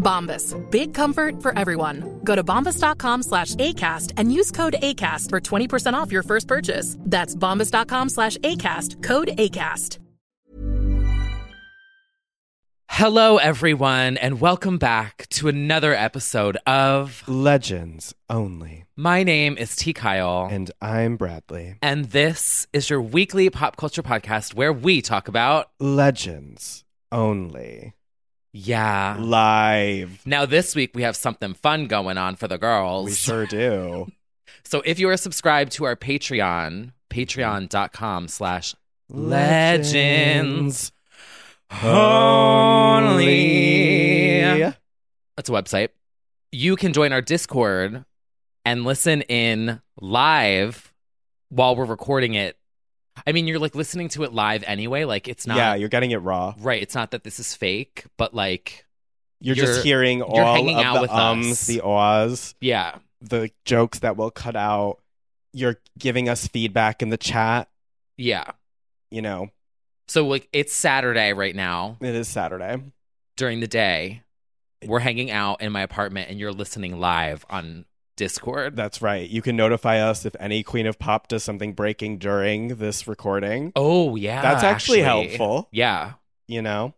Bombas, big comfort for everyone. Go to bombas.com slash ACAST and use code ACAST for 20% off your first purchase. That's bombas.com slash ACAST, code ACAST. Hello, everyone, and welcome back to another episode of Legends only. My Name is T. Kyle, And I'm Bradley. and this is your weekly pop culture podcast where we talk about, Legends only. yeah. Live. Now, this week we have something fun going on for the girls. We sure do. So if you are subscribed to our Patreon, patreon.com slash legends Legends only. That's a website. You can join our Discord and listen in live while we're recording it. I mean, you're like listening to it live anyway. Like it's not Yeah, you're getting it raw. right. It's not that this is fake, but like You're, You're- just hearing all hanging out of with the ums, us. the ahs, yeah, the jokes that we'll cut out. You're giving us feedback in the chat. yeah. You know, So like it's Saturday right now it is Saturday. during the day. We're hanging out in my apartment, and you're listening live on Discord. That's right. You can notify us if any Queen of Pop does something breaking during this recording. oh yeah, That's actually helpful. Yeah, You know,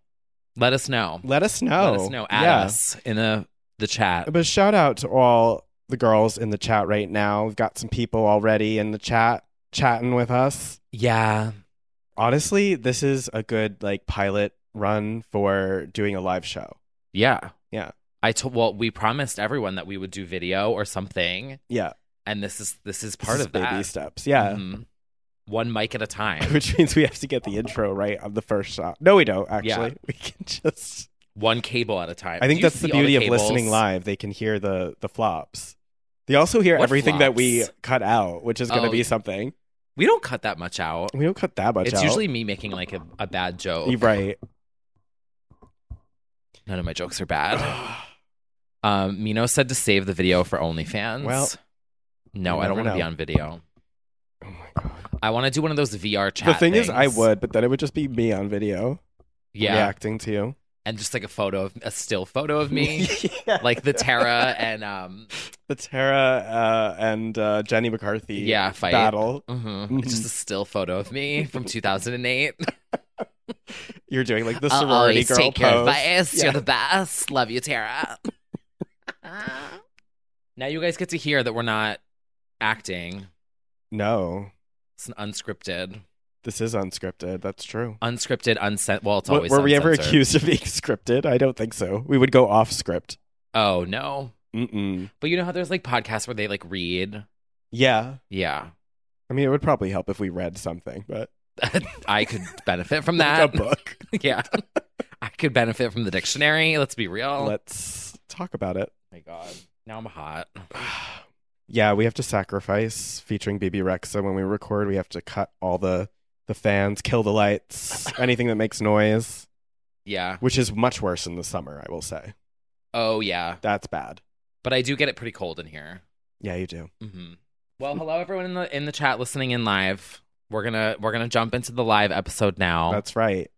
let us know. let us know. Let us know. Add Yeah. us in the the chat. But shout out to all the girls in the chat right now. We've got some people already in the chat chatting with us. Yeah, Honestly, this is a good like pilot run for doing a live show. yeah, Yeah. I told well, we promised everyone that we would do video or something, Yeah. and this is this is this part is of baby that. Mm-hmm. steps. Yeah. Mhm. one mic at a time, Which means we have to get the intro right on the first shot. No, we don't actually. We can just one cable at a time. I think Do you that's the see all beauty of cables? listening live. They can hear the the flops. They also hear What everything that we flops? cut out, which is going to Oh, be something. We don't cut that much out. We don't cut that much It's out. usually me making like a, a bad joke. You're right. None of my jokes are bad. Um, Mino said to save the video for OnlyFans. Well, no, you I don't never want to be know. on video. Oh my god. I want to do one of those VR chat. The thing is, I things. would, but then it would just be me on video yeah, reacting to you. and just like a photo of a still photo of me, like the Tara and um, the Tara uh, and uh, Jenny McCarthy Yeah, fight. battle. Mm-hmm. mhm, just a still photo of me from 2008. You're doing like the I'll sorority always girl take your pose. advice. Yeah. You're the best. Love you, Tara. now you guys get to hear that we're not acting. No, It's an unscripted, this is unscripted. That's true. unscripted, unsent. Well, it's W- always were we ever uncensored. accused of being scripted? I don't think so. We would go off script. Oh no! Mm-mm. But you know how there's like podcasts where they like read. Yeah. Yeah, I mean, it would probably help if we read something, but I could benefit from like that. a book. yeah, I could benefit from the dictionary. Let's be real. Let's talk about it. my god. Now I'm hot. Yeah, we have to sacrifice featuring BB Rexa when we record. We have to cut all the the fans, kill the lights, anything that makes noise, Yeah. which is much worse in the summer, I will say. Oh yeah. That's bad. But I do get it pretty cold in here. Mm-hmm. Yeah, you do. hmm Well, hello everyone in the in the chat listening in live. We're gonna we're gonna jump into the live episode now. That's right.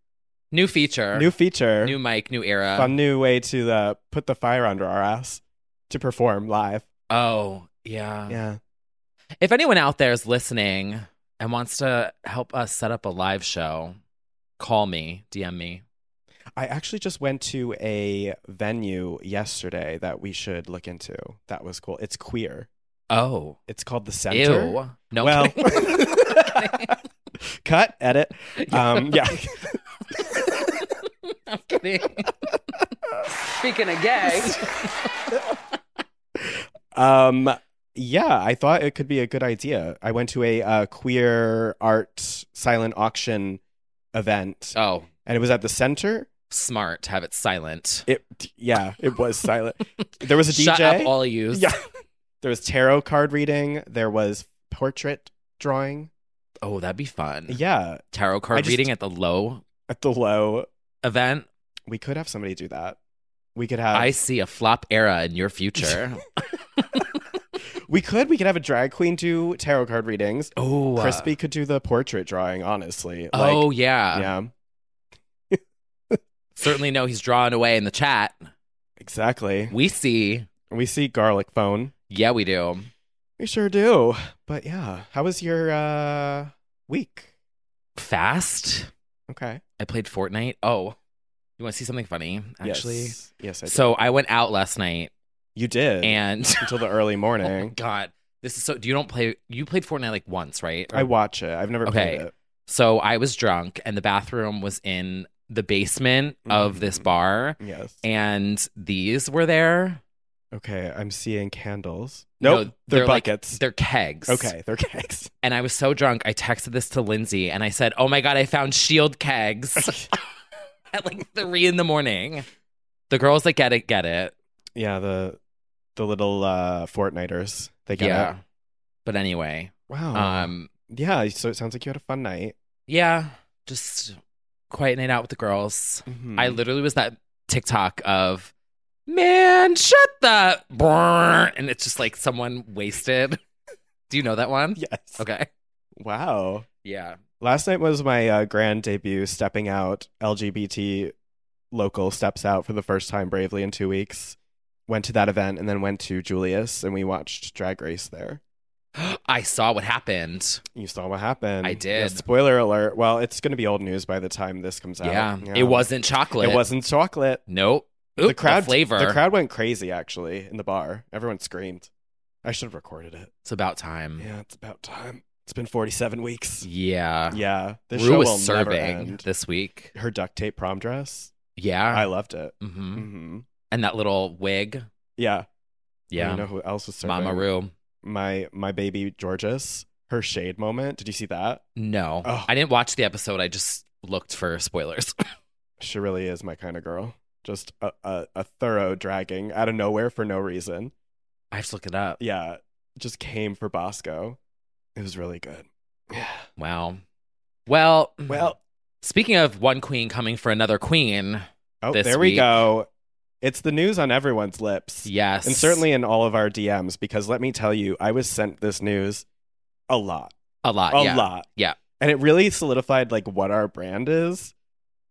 new feature, New feature. Oh. new mic, new era. fun new way to uh, put the fire under our ass to perform live. Oh yeah. Yeah. If anyone out there is listening and wants to help us set up a live show, call me, DM me. I actually just went to a venue yesterday that we should look into. That was cool. It's queer. Oh, It's called the Center. ew. No, Well, I'm kidding. cut, edit. Um, yeah. I'm kidding. Speaking of gay. Um, yeah, I thought it could be a good idea. I went to a uh, queer art silent auction event, Oh, and it was at the Center. smart. Have it silent. It yeah, it was silent. There was a DJ. Shut up, all you. Yeah. There was tarot card reading. There was portrait drawing. Oh, that'd be fun. Yeah, Tarot I card just- reading at the low at the low, event. we could have somebody do that. We could have. I see a flop era in your future. We could. We could have a drag queen do tarot card readings. oh, uh, Crispy could do the portrait drawing. Honestly. Oh Like, yeah. yeah. Certainly no. He's drawing away in the chat. Exactly. We see. We see garlic phone. Yeah, we do. We sure do. But yeah, how was your uh week? Fast. Okay. I played Fortnite. Oh, you want to see something funny? Actually, yes, yes I did. so I went out last night you did and until the early oh my morning. god, this is so. Do you don't play? You played Fortnite like once, right? I watch it. I've never Okay. played it. So I was drunk, and the bathroom was in the basement of this Mhm. bar, Yes. and these were there. Okay, I'm seeing candles. No, Nope, they're, they're like- buckets. They're kegs. okay, they're kegs. And I was so drunk, I texted this to Lindsay, and I said, "Oh my god, I found shield kegs at like three in the morning." The girls that get it get it. yeah, the the little uh Fortniters. They get yeah. it. But anyway, Wow. um, yeah, so it sounds like you had a fun night. yeah, just quiet night out with the girls. Mm-hmm. Mm-hmm. I Hmm. literally was that TikTok of man, shut the brrr," and it's just like someone wasted. Do you know that one? Yes. Okay. Wow. Yeah. Last night was my uh, grand debut stepping out. LGBT local steps out for the first time bravely in 2 weeks. Went to that event and then went to Julius and we watched Drag Race there. I saw what happened. You saw what happened. I Yeah, did. spoiler alert. Well, it's going to be old news by the time this comes out. yeah. It wasn't chocolate. It wasn't chocolate. Nope. Oop, the crowd flavor. The crowd went crazy actually in the bar. Everyone screamed. I should have recorded it. It's about time. Yeah, it's about time. It's been 47 weeks. Mm. Yeah. Yeah, this Rue show was will never serving end. this week. Her duct tape prom dress. I Yeah. loved it. hmm hmm And that little wig. Yeah. Yeah. You know who else was serving? Mama Rue. My my baby Georges. Her shade moment. Did you see that? No. Oh. I didn't watch the episode. I just looked for spoilers. She really is my kind of girl. Just a, a, a thorough dragging out of nowhere for no reason. I have to look it up. Yeah, just came for Bosco. It was really good. Yeah. Wow. Well, Well, Speaking of one queen coming for another queen, Oh, this there we week. go. It's the news on everyone's lips. yes, And certainly in all of our DMs, because let me tell you, I was sent this news a lot. a lot, A Uh, yeah. lot. Yeah. And it really solidified like what our brand is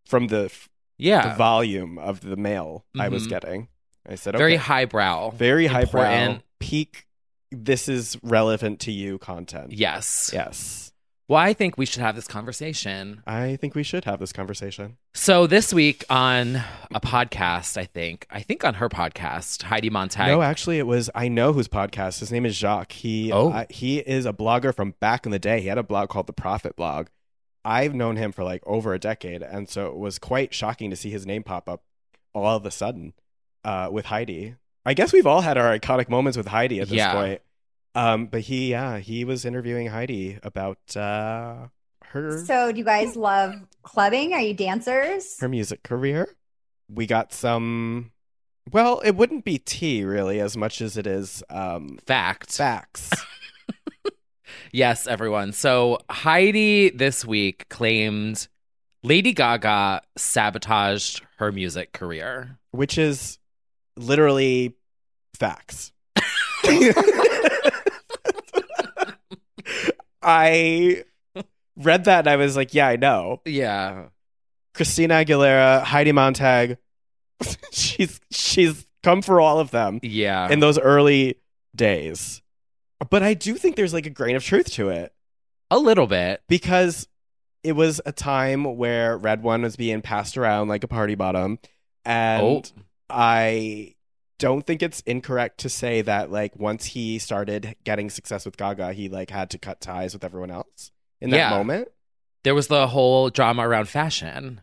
from the, f- the yeah, volume of the mail I was Mhm. getting. I said, very okay, highbrow, very high brow, important. peak. This is relevant to you content. Yes, Yes. Well, I think we should have this conversation. I think we should have this conversation. So this week on a podcast, I think, I think on her podcast, Heidi Montag. No, actually, it was I know whose podcast. His name is Jacques. He Oh. I- he is a blogger from back in the day. He had a blog called the Profit Blog. I've known him for like over a decade, and so it was quite shocking to see his name pop up all of a sudden uh, with Heidi. I guess we've all had our iconic moments with Heidi at this Yeah. point. Um, but he, yeah, he was interviewing Heidi about uh, her So, do you guys love clubbing? Are you dancers? her music career. We got some. Well, it wouldn't be tea really, as much as it is um, fact. Facts. Yes, everyone. So Heidi this week claimed Lady Gaga sabotaged her music career. Which is literally facts. I read that and I was like, yeah, I know. Yeah. Christina Aguilera, Heidi Montag. she's she's come for all of them Yeah. in those early days. But I do think there's like a grain of truth to it a little bit. because it was a time where Red One was being passed around like a party bottom. And oh, I don't think it's incorrect to say that like once he started getting success with Gaga, he like had to cut ties with everyone else in that Yeah. moment. there was the whole drama around fashion,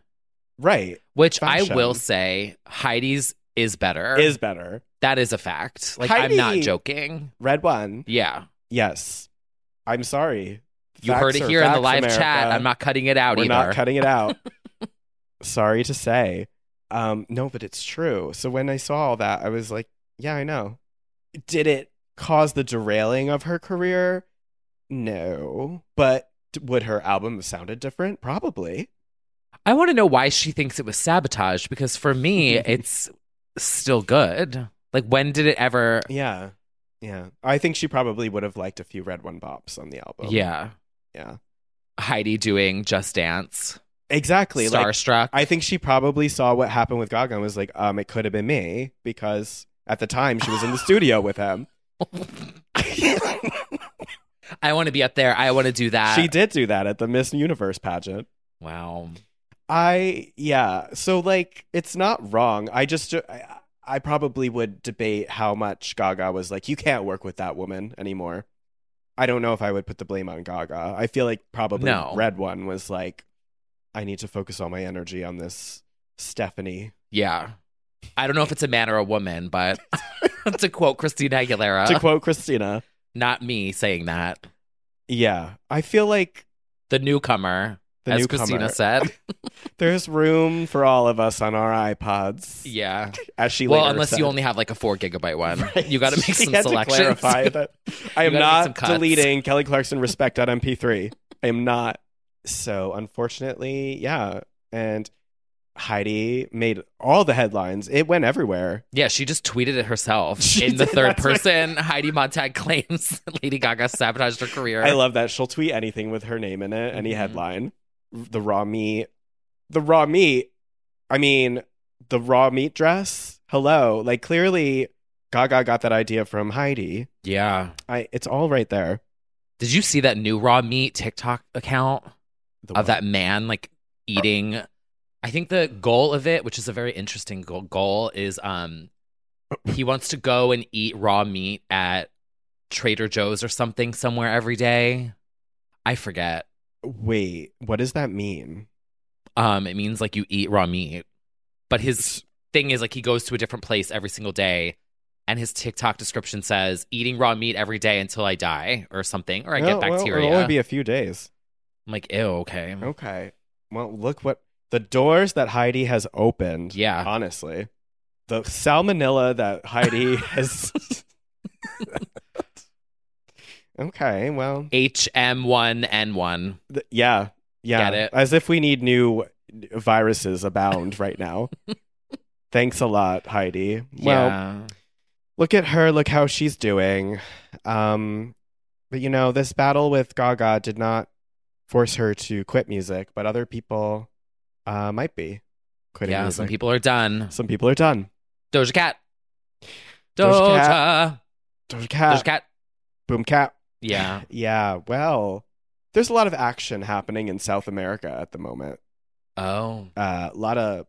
Right. which I Fashion. will say Heidi's is better. Is better. that is a fact. Like I'm Heidi- not joking. Red One. Yeah. Yes. I'm sorry. You Facts heard are it here in the facts, live America. chat. I'm not cutting it out We're either. not cutting it out. sorry to say. Um, no, but it's true. So when I saw all that, I was like, yeah, I know. Did it cause the derailing of her career? No. But d- would her album have sounded different? Probably. I want to know why she thinks it was sabotage because for me, it's still good. Like, when did it ever? Yeah. Yeah. I think she probably would have liked a few Red One bops on the album. Yeah. Yeah. Heidi doing Just Dance, Exactly. like, Starstruck. I think she probably saw what happened with Gaga and was like, um, it could have been me because at the time she was in the studio with him. I want to be up there. I want to do that. she did do that at the Miss Universe pageant. Wow. I, yeah. So, like, it's not wrong. I just, I, I probably would debate how much Gaga was like, you can't work with that woman anymore. I don't know if I would put the blame on Gaga. I feel like probably No. Red One was like, I need to focus all my energy on this Stephanie. Yeah. I don't know if it's a man or a woman, but to quote Christina Aguilera, to quote Christina, not me saying that, yeah, I feel like the newcomer, the as newcomer. Christina said. There's room for all of us on our iPods. yeah. As she Well, later unless said. you only have like a four gigabyte one, Right. you got to make She some had selections. clarify that. I am You gotta make some not cuts. deleting Kelly Clarkson respect on MP3. I am not. So unfortunately, yeah. And Heidi made all the headlines. It went everywhere. Yeah, she just tweeted it herself She in the did, third that's right. person. Heidi Montag claims Lady Gaga sabotaged her career. I love that. She'll tweet anything with her name in it, any Mhm. headline. The raw meat. The raw meat. I mean, the raw meat dress. Hello. Like clearly Gaga got that idea from Heidi. yeah. I it's all right there. Did you see that new raw meat TikTok account The of that man like eating? I think the goal of it, which is a very interesting goal, goal is um he wants to go and eat raw meat at Trader Joe's or something somewhere every day. I forget. Wait, what does that mean? Um, it means like you eat raw meat. But his thing is like he goes to a different place every single day, and his TikTok description says eating raw meat every day until I die or something, or I Oh, get well, bacteria. it'll only be a few days. I'm like, ew, okay, Okay. Well, look what the doors that Heidi has opened. yeah, Honestly, the salmonella that Heidi has. okay. Well, HM1N1. th- yeah, yeah. Get it? As if we need new viruses abound right now. Thanks a lot, Heidi. Well, yeah. look at her look how she's doing um but you know this battle with gaga did not force her to quit music but other people uh might be quitting yeah, music. some people are done. some people are done Doja Cat, Doja Doja, Doja Doja cat, Cat. boom cat Yeah, yeah well there's a lot of action happening in south america at the moment oh, uh, a lot of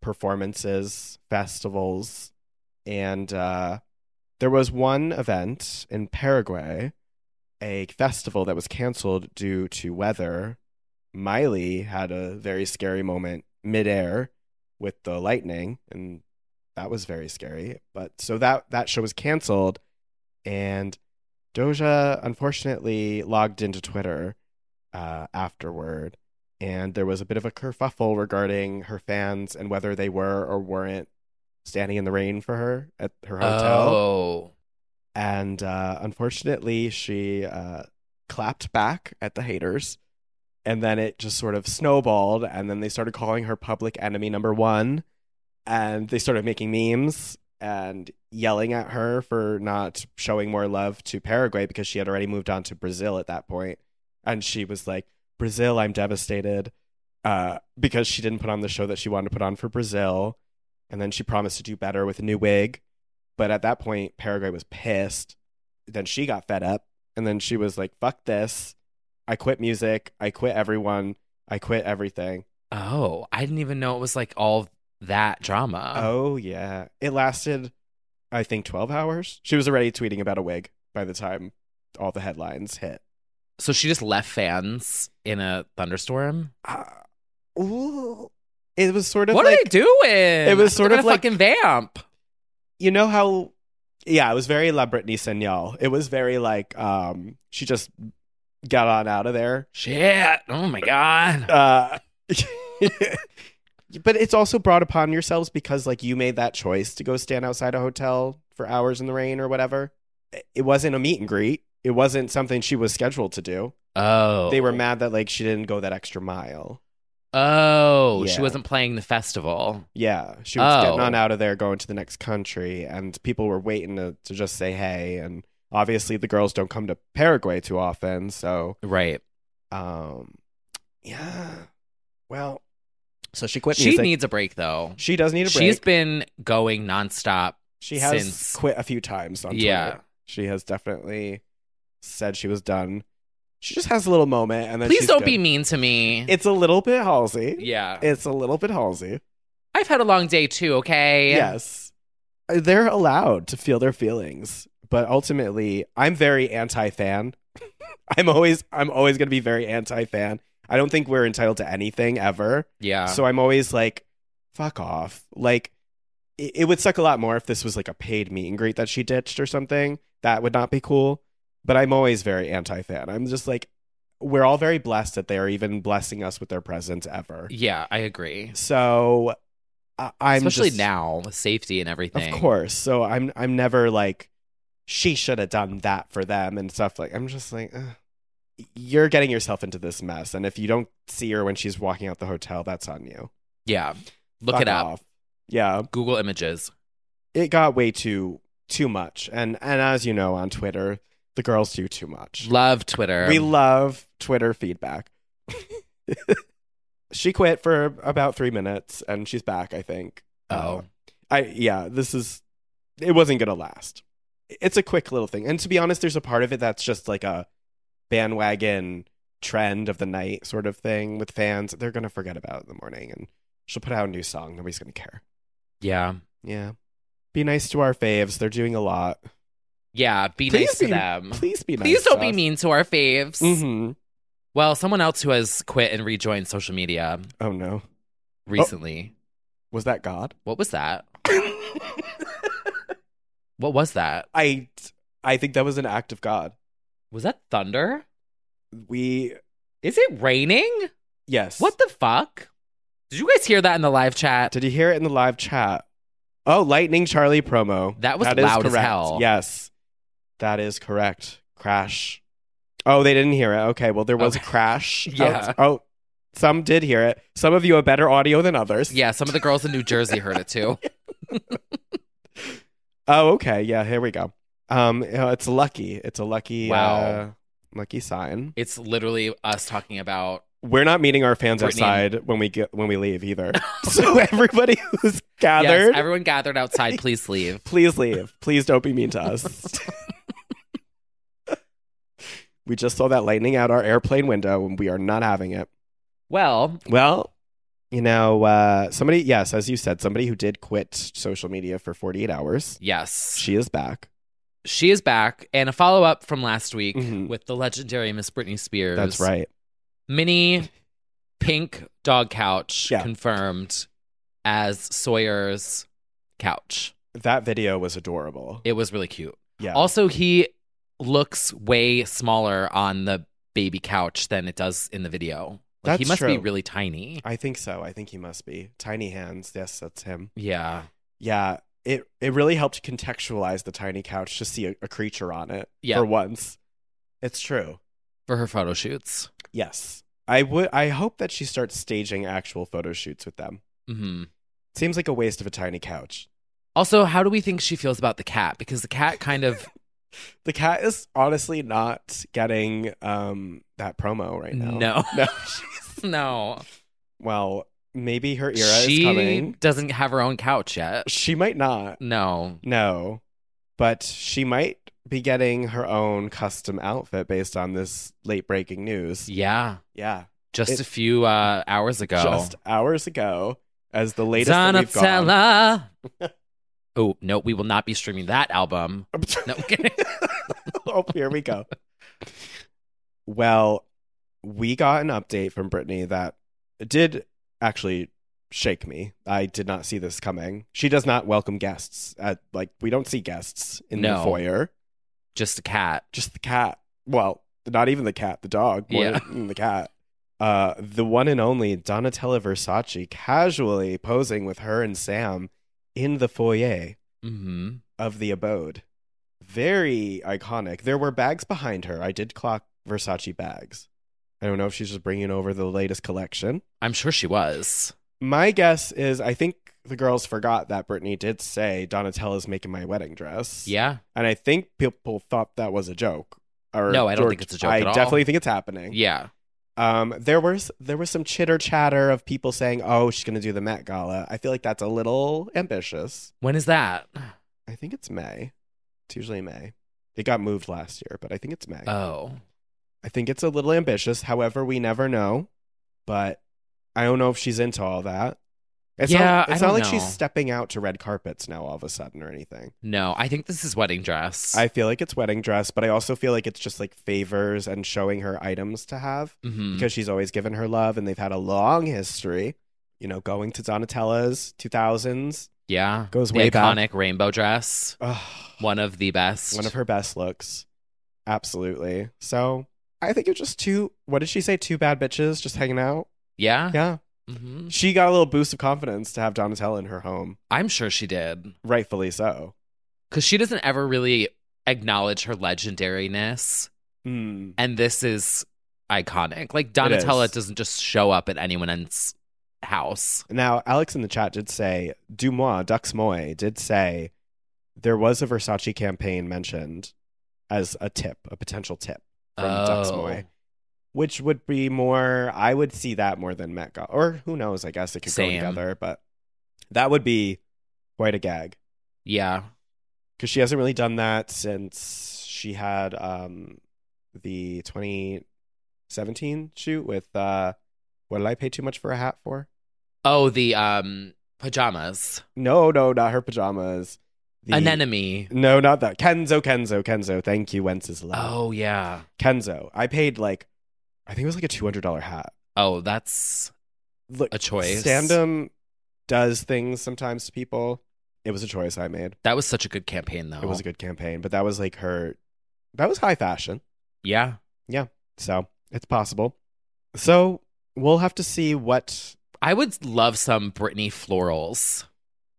performances, festivals, and uh, there was one event in Paraguay, a festival that was canceled due to weather. Miley had a very scary moment midair with the lightning, and that was very scary. But so that that show was canceled, and Doja unfortunately logged into Twitter uh, afterward and there was a bit of a kerfuffle regarding her fans and whether they were or weren't standing in the rain for her at her hotel. oh, And uh, unfortunately, she uh, clapped back at the haters. And then it just sort of snowballed. And then they started calling her public enemy number one. And they started making memes and yelling at her for not showing more love to Paraguay because she had already moved on to Brazil at that point. And she was like, Brazil, I'm devastated uh, because she didn't put on the show that she wanted to put on for Brazil. And then she promised to do better with a new wig. But at that point, Paraguay was pissed. Then she got fed up. And then she was like, fuck this. I quit music. I quit everyone. I quit everything. Oh, I didn't even know it was like all that drama. oh, yeah. It lasted, I think, 12 hours. She was already tweeting about a wig by the time all the headlines hit. So she just left fans in a thunderstorm. Uh, ooh. It was sort of What like, are they doing? it was sort They're of gonna like- fucking vamp. you know how yeah it was very la brittany Senyal. it was very like um she just got on out of there Shit. Oh my god. uh but it's also brought upon yourselves because like you made that choice to go stand outside a hotel for hours in the rain or whatever it wasn't a meet and greet it wasn't something she was scheduled to do Oh. they were mad that like she didn't go that extra mile Oh, Yeah. she wasn't playing the festival. yeah she was getting Oh. on out of there going to the next country and people were waiting to, to just say hey and obviously the girls don't come to paraguay too often so Right. Um, yeah. Well, so she quit. she music. needs a break though. She does need a break. She's been going nonstop. she has since- quit a few times on Yeah. Twitter. She has definitely said she was done. She just has a little moment, and then Please she's don't good. be mean to me. It's a little bit Halsey. yeah. It's a little bit Halsey. I've had a long day too, okay? Yes, Uh, they're allowed to feel their feelings, but ultimately, I'm very anti-fan. I'm always, I'm always going to be very anti-fan. I don't think we're entitled to anything ever. Yeah. So I'm always like, fuck off. Like, it, it would suck a lot more if this was like a paid meet and greet that she ditched or something. That would not be cool. But I'm always very anti fan. I'm just like, we're all very blessed that they are even blessing us with their presence ever. yeah, I agree. So I- I'm Especially just- now with safety and everything. of course. So I'm I'm never like she should have done that for them and stuff like I'm just like ugh. you're getting yourself into this mess and if you don't see her when she's walking out the hotel that's on you. Yeah. Look Fuck it up. off. Yeah, Google images. it got way too too much, and and as you know on Twitter, the girls do too much. Love Twitter. Oh. We love Twitter feedback. she quit for about three minutes, and she's back. I think. Uh, Oh. I yeah, this is it wasn't gonna last. It's a quick little thing, and to be honest, there's a part of it that's just like a bandwagon trend of the night sort of thing with fans. They're gonna forget about it in the morning, and she'll put out a new song. Nobody's gonna care. Yeah. Yeah. Be nice to our faves. They're doing a lot. Yeah. Be nice to them. Please be nice. Please to don't be us. mean to our faves. Mhm. Well, someone else who has quit and rejoined social media Oh no. recently. Was that God? What was that? what was that? I I think that was an act of God. Was that thunder? We Is it raining? yes. What the fuck? Did you guys hear that in the live chat? Did you hear it in the live chat? Oh, Lightning Charlie promo. That was is loud as correct. hell. Yes. That is correct. Crash. Oh, they didn't hear it. Okay, well there was a Okay. crash. Yeah. Oh, oh, some did hear it. Some of you have better audio than others. Yeah, some of the girls in New Jersey heard it too. Oh, okay. Yeah, here we go. Um, you know, it's lucky. It's a lucky, Wow. uh, lucky sign. It's literally us talking about We're not meeting our fans Brittany and- outside when we get when we leave either. so everybody who's gathered, Yes, everyone gathered outside, please leave. please leave. Please don't be mean to us. we just saw that lightning out our airplane window, and we are not having it. Well, Well, you know, uh, somebody. Yes, as you said, somebody who did quit social media for forty eight hours. yes. She, She is back. is back. And a follow up from last week Mhm. with the legendary Miss Britney Spears. That's right. Mini pink dog couch Yeah. confirmed as Sawyer's couch. That video was adorable. It was really cute. yeah. Also, he looks way smaller on the baby couch than it does in the video. Like he That's must be true. really tiny. I think so. I think he must be. Tiny hands. Yes, that's him. Yeah. Yeah. It it really helped contextualize the tiny couch to see a, a creature on it Yeah. for once. It's true. For her photo shoots. Yes. I would I hope that she starts staging actual photo shoots with them. hmm Seems like a waste of a tiny couch. Also, how do we think she feels about the cat? Because the cat kind of The cat is honestly not getting um that promo right now. No. No. no. Well, maybe her era she is coming. doesn't have her own couch yet. She might not. No. No. But she might be getting her own custom outfit based on this late breaking news. Yeah. Yeah. Just It- a few uh, hours ago. Just hours ago as the latest that we've gone. Donatella. oh, no, we will not be streaming that album. No, I'm kidding. oh, here we go. Well, we got an update from Brittany that did actually shake me. I did not see this coming. She does not welcome guests. At, like, we don't see guests in the No. foyer. Just a cat. Just the cat. Well, not even the cat, the dog. More Yeah. than the cat. Uh, the one and only Donatella Versace casually posing with her and Sam in the foyer hmm of the abode. Very iconic. There were bags behind her. I did clock Versace bags. I don't know if she's just bringing over the latest collection. I'm sure she was. My guess is I think the girls forgot that Brittany did say Donatella's making my wedding dress. Yeah. And I think people thought that was a joke. Or No, I don't think it's a joke I at all. definitely think it's happening. Yeah. Um, there was there was some chitter chatter of people saying, "Oh, she's going to do the Met Gala." I feel like that's a little ambitious. When is that? I think it's May. It's usually May. It got moved last year, but I think it's May. Oh. I think it's a little ambitious. However, we never know. But I don't know if she's into all that. It's Yeah, not, it's I not don't like she's know. stepping out to red carpets now all of a sudden or anything. No, I think this is wedding dress. I feel like it's wedding dress, but I also feel like it's just like favors and showing her items to have Mhm. because she's always given her love and they've had a long history. You know, going to Donatella's 2000s. yeah. goes the way back. iconic rainbow dress. Ugh. One of the best. One of her best looks. Absolutely. So I think it's just two, what did she say? Two bad bitches just hanging out? Yeah. Yeah. hmm She got a little boost of confidence to have Donatella in her home. I'm sure she did. Rightfully so. Because she doesn't ever really acknowledge her legendariness. Hmm. And this is iconic. Like is. Donatella doesn't just show up at anyone else's house. Now, Alex in the chat did say, Dumois, Dux Moy, did say there was a Versace campaign mentioned as a tip, a potential tip from Oh. Dux Moy, which would be more, I would see that more than Met Gala. Or who knows, I guess it could Same. go together, but that would be quite a gag. Yeah. because she hasn't really done that since she had um the 2017 shoot with uh what did i pay too much for a hat for Oh, the um pajamas. no no not her pajamas the, Anemone. no not that kenzo kenzo kenzo thank you wenceslao Oh yeah. kenzo i paid like i think it was like a $200 hat Oh, that's look A choice. standum does things sometimes to people it was a choice i made that was such a good campaign though. it was a good campaign but that was like her that was high fashion Yeah. So it's possible. So we'll have to see what I would love some Britney florals.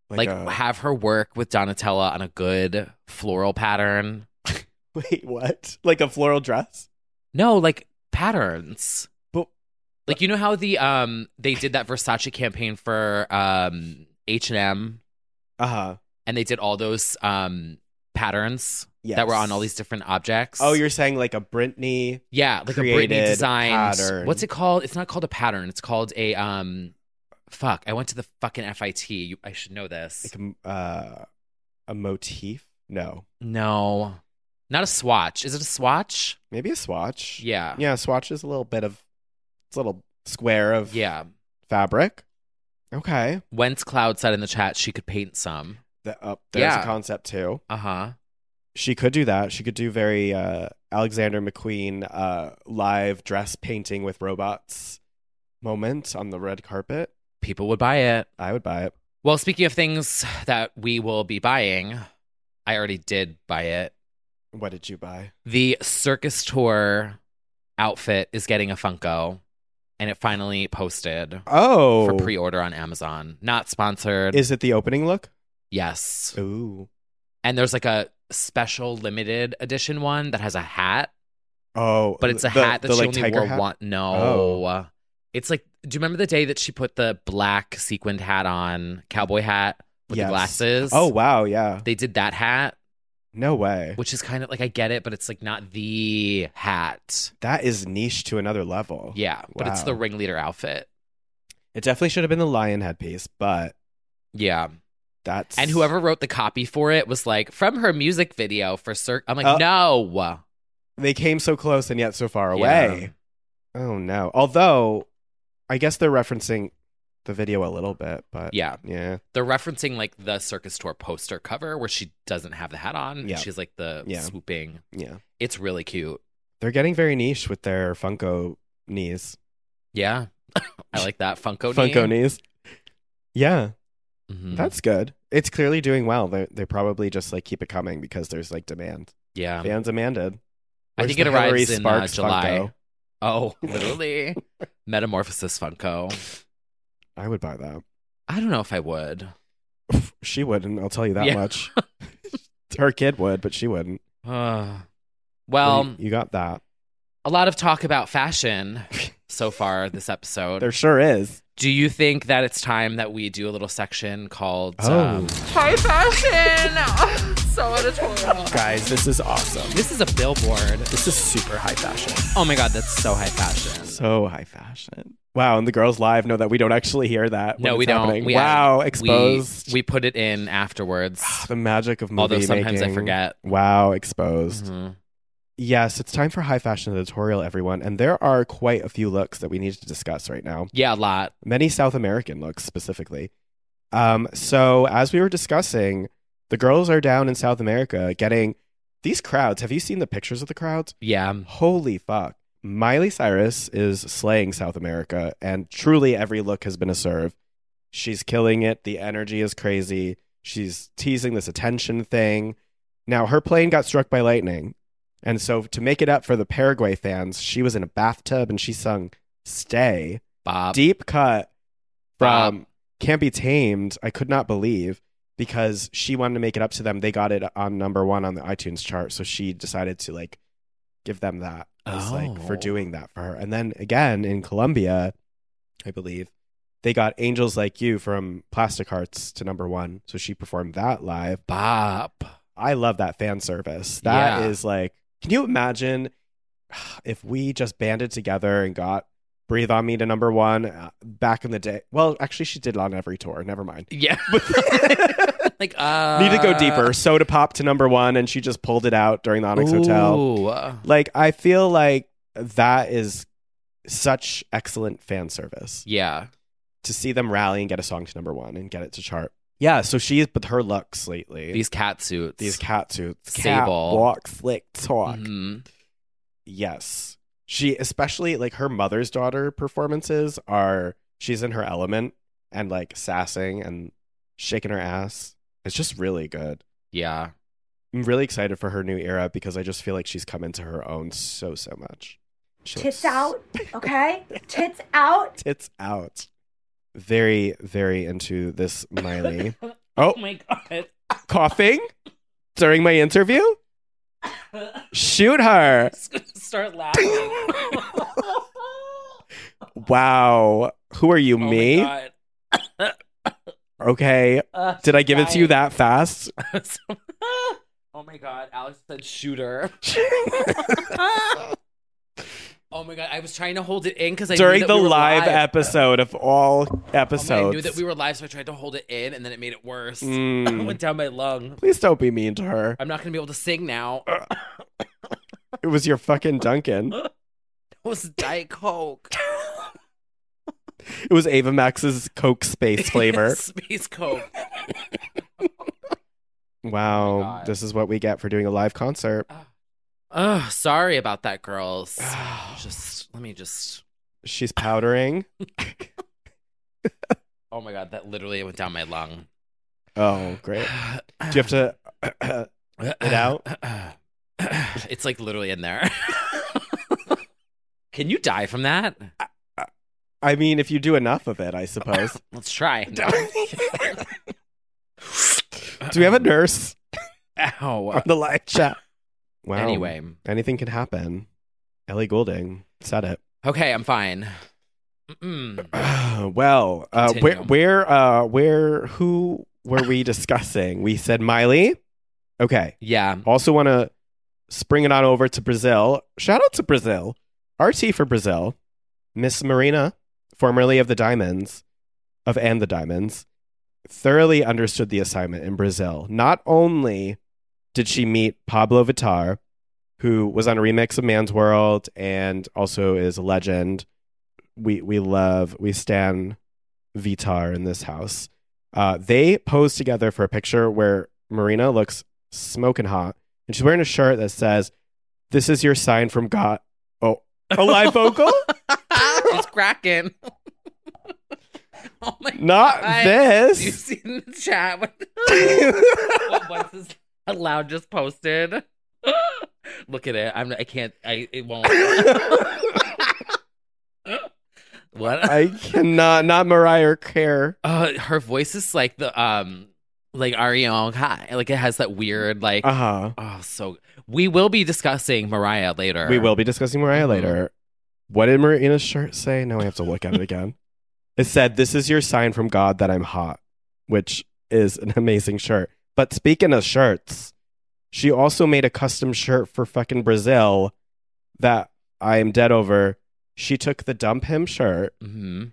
Like, a- have her work with Donatella on a good floral pattern. wait what like a floral dress. No, like patterns. But- uh, like you know how the um they did that Versace campaign for um H and M, Uh huh. and they did all those um patterns Yes. that were on all these different objects. Oh, you're saying like a Britney? yeah, like a Britney created designed. pattern. What's it called? It's not called a pattern. It's called a um. Fuck! I went to the fucking FIT. You, I should know this. Like a, uh, a motif? No, No, not a swatch. Is it a swatch? maybe a swatch. Yeah. Yeah, a swatch is a little bit of it's a little square of Yeah. fabric. Okay. Whence Cloud said in the chat she could paint some. The, oh, there's Yeah. a concept too. Uh huh. She could do that. She could do very uh, Alexander McQueen uh, live dress painting with robots moment on the red carpet. People would buy it. I would buy it. Well, speaking of things that we will be buying, I already did buy it. What did you buy? The circus tour outfit is getting a Funko, and it finally posted Oh, for pre-order on Amazon. Not sponsored. is Oh. it the opening look? yes. Ooh. And there's like a special limited edition one that has a hat, Oh, but it's a the- hat that the, she like, only tiger wore hat? one. No. Oh. It's like do you remember the day that she put the black sequined hat on, cowboy hat with Yes. the glasses? Oh wow, yeah. They did that hat No way. which is kind of like I get it, but it's like not the hat. That is niche to another level. Yeah, but it's Oh, Wow. the ringleader outfit. It definitely should have been the lion headpiece, but Yeah. that's And whoever wrote the copy for it was like from her music video for Cirque. I'm like, Uh, no. they came so close and yet so far Yeah. away. Oh no. Although I guess they're referencing the video a little bit, but Yeah. yeah. They're referencing like the circus tour poster cover where she doesn't have the hat on. and Yeah. She's like the Yeah. swooping. Yeah. It's really cute. They're getting very niche with their Funko knees. Yeah. I like that. Funko Funko knees. Yeah. Mhm. That's good. It's clearly doing well. They they probably just like keep it coming because there's like demand. Yeah. Fans demanded. I Where's think the it arrives Hilary in uh, Sparks July. Funko? Oh, literally. Metamorphosis Funko. I would buy that. I don't know if I would. She wouldn't, I'll tell you that Yeah. much. Her kid would, but she wouldn't. Uh, Well, well, you, you got that. a lot of talk about fashion so far this episode. There sure is. do you think that it's time that we do a little section called Oh. um, High fashion. so Oh. editorial. Guys, this is awesome. This is a billboard. This is super high fashion. Oh my god, that's so high fashion. So high fashion. Wow, and the girls live know that we don't actually hear that. when no, it's we don't. happening. We, wow, we- exposed. Ah, We, put it in afterwards. the magic of movie Although sometimes I making. forget. Wow, exposed. Mhm. Yes, it's time for high fashion editorial, everyone, and there are quite a few looks that we need to discuss right now. Yeah, a lot. Many South American looks specifically. Um, so as we were discussing, the girls are down in South America getting these crowds. Have you seen the pictures of the crowds? Yeah. Holy fuck. Miley Cyrus is slaying South America, and truly every look has been a serve. She's killing it. The energy is crazy. She's teasing this attention thing. Now, her plane got struck by lightning. And so, to make it up for the Paraguay fans, she was in a bathtub and she sung Stay. Bob. Deep cut Bob. from Can't Be Tamed. I could not believe because she wanted to make it up to them. They got it on number one on the iTunes chart. So she decided to like give them that as like for Oh. doing that for her. And then again in Colombia, I believe, they got Angels Like You from Plastic Hearts to number one. So she performed that live. Bob. I love that fan service. That is Yeah. like, can you imagine if we just banded together and got Breathe on Me to number one uh, back in the day? Well, actually, she did it on every tour. Never mind. Yeah. like uh Need to go deeper. Soda Pop to number one, and she just pulled it out during the Onyx Hotel. Ooh. Like, I feel like that is such excellent fan service Yeah. to see them rally and get a song to number one and get it to chart. Yeah, so she's but her looks lately. These cat suits. these cat suits, cat Sable. walk, flick, talk. Mhm. Yes. She especially like her mother's daughter performances are she's in her element and like sassing and shaking her ass. It's just really good. Yeah. I'm really excited for her new era because I just feel like she's come into her own so so much. She Tits looks- out, okay? Tits out. Tits out. Very very into this Miley. oh, my god. coughing during my interview? Shoot her. Start laughing. Oh Wow. Who are you, me? Okay. Uh, Did I give it to you that fast? oh my god, Alex said shooter. oh my god, I was trying to hold it in because I During knew that the we were live, live, episode of all Oh my episodes. God, I knew that we were live, so I tried to hold it in, and then it made it worse. it Mm. went down my lung. Please don't be mean to her. I'm not gonna be able to sing now. Uh. It was your fucking Duncan. It was Diet Coke. It was Ava Max's Coke space flavor. Space Coke. Wow. Oh my God. this is what we get for doing a live concert. Oh, sorry about that, girls. just let me just. She's powdering. Oh my god, that literally went down my lung. Oh, great. Do you have to it out? It's like literally in there. Can you die from that? I mean, if you do enough of it, I suppose. Let's try. do we have a nurse on Ow. the live chat? Wow. Anyway, Anything can happen. Ellie Goulding said it. okay, I'm fine. Mm-mm. well, uh, where Continue. where uh, where who were we discussing? We said Miley. Okay. Yeah. Also, want to spring it on over to Brazil. Shout out to Brazil. RT for Brazil. Miss Marina, formerly of the Diamonds, of And the Diamonds, thoroughly understood the assignment in Brazil. Not only did she meet Pablo Vitar, who was on a remix of Man's World and also is a legend. We we love we stan Vitar in this house. Uh, they posed together for a picture where Marina looks smoking hot, and she's wearing a shirt that says, "This is your sign from God." Oh, a live vocal? She's cracking. oh my Not God. this. You see in the chat what, what was this loud just posted? Look at it. I'm. I can't. I. It won't. what? I cannot. Not Mariah Care. uh, her voice is like the um, like Ariana Hi. Like it has that weird like. Uh huh. oh, so we will be discussing Mariah later. We will be discussing Mariah Mhm. later. What did Marina's shirt say? Now we have to look at it again. It said, "This is your sign from God that I'm hot," which is an amazing shirt. But speaking of shirts, she also made a custom shirt for fucking Brazil that I am dead over. She took the dump him shirt hmm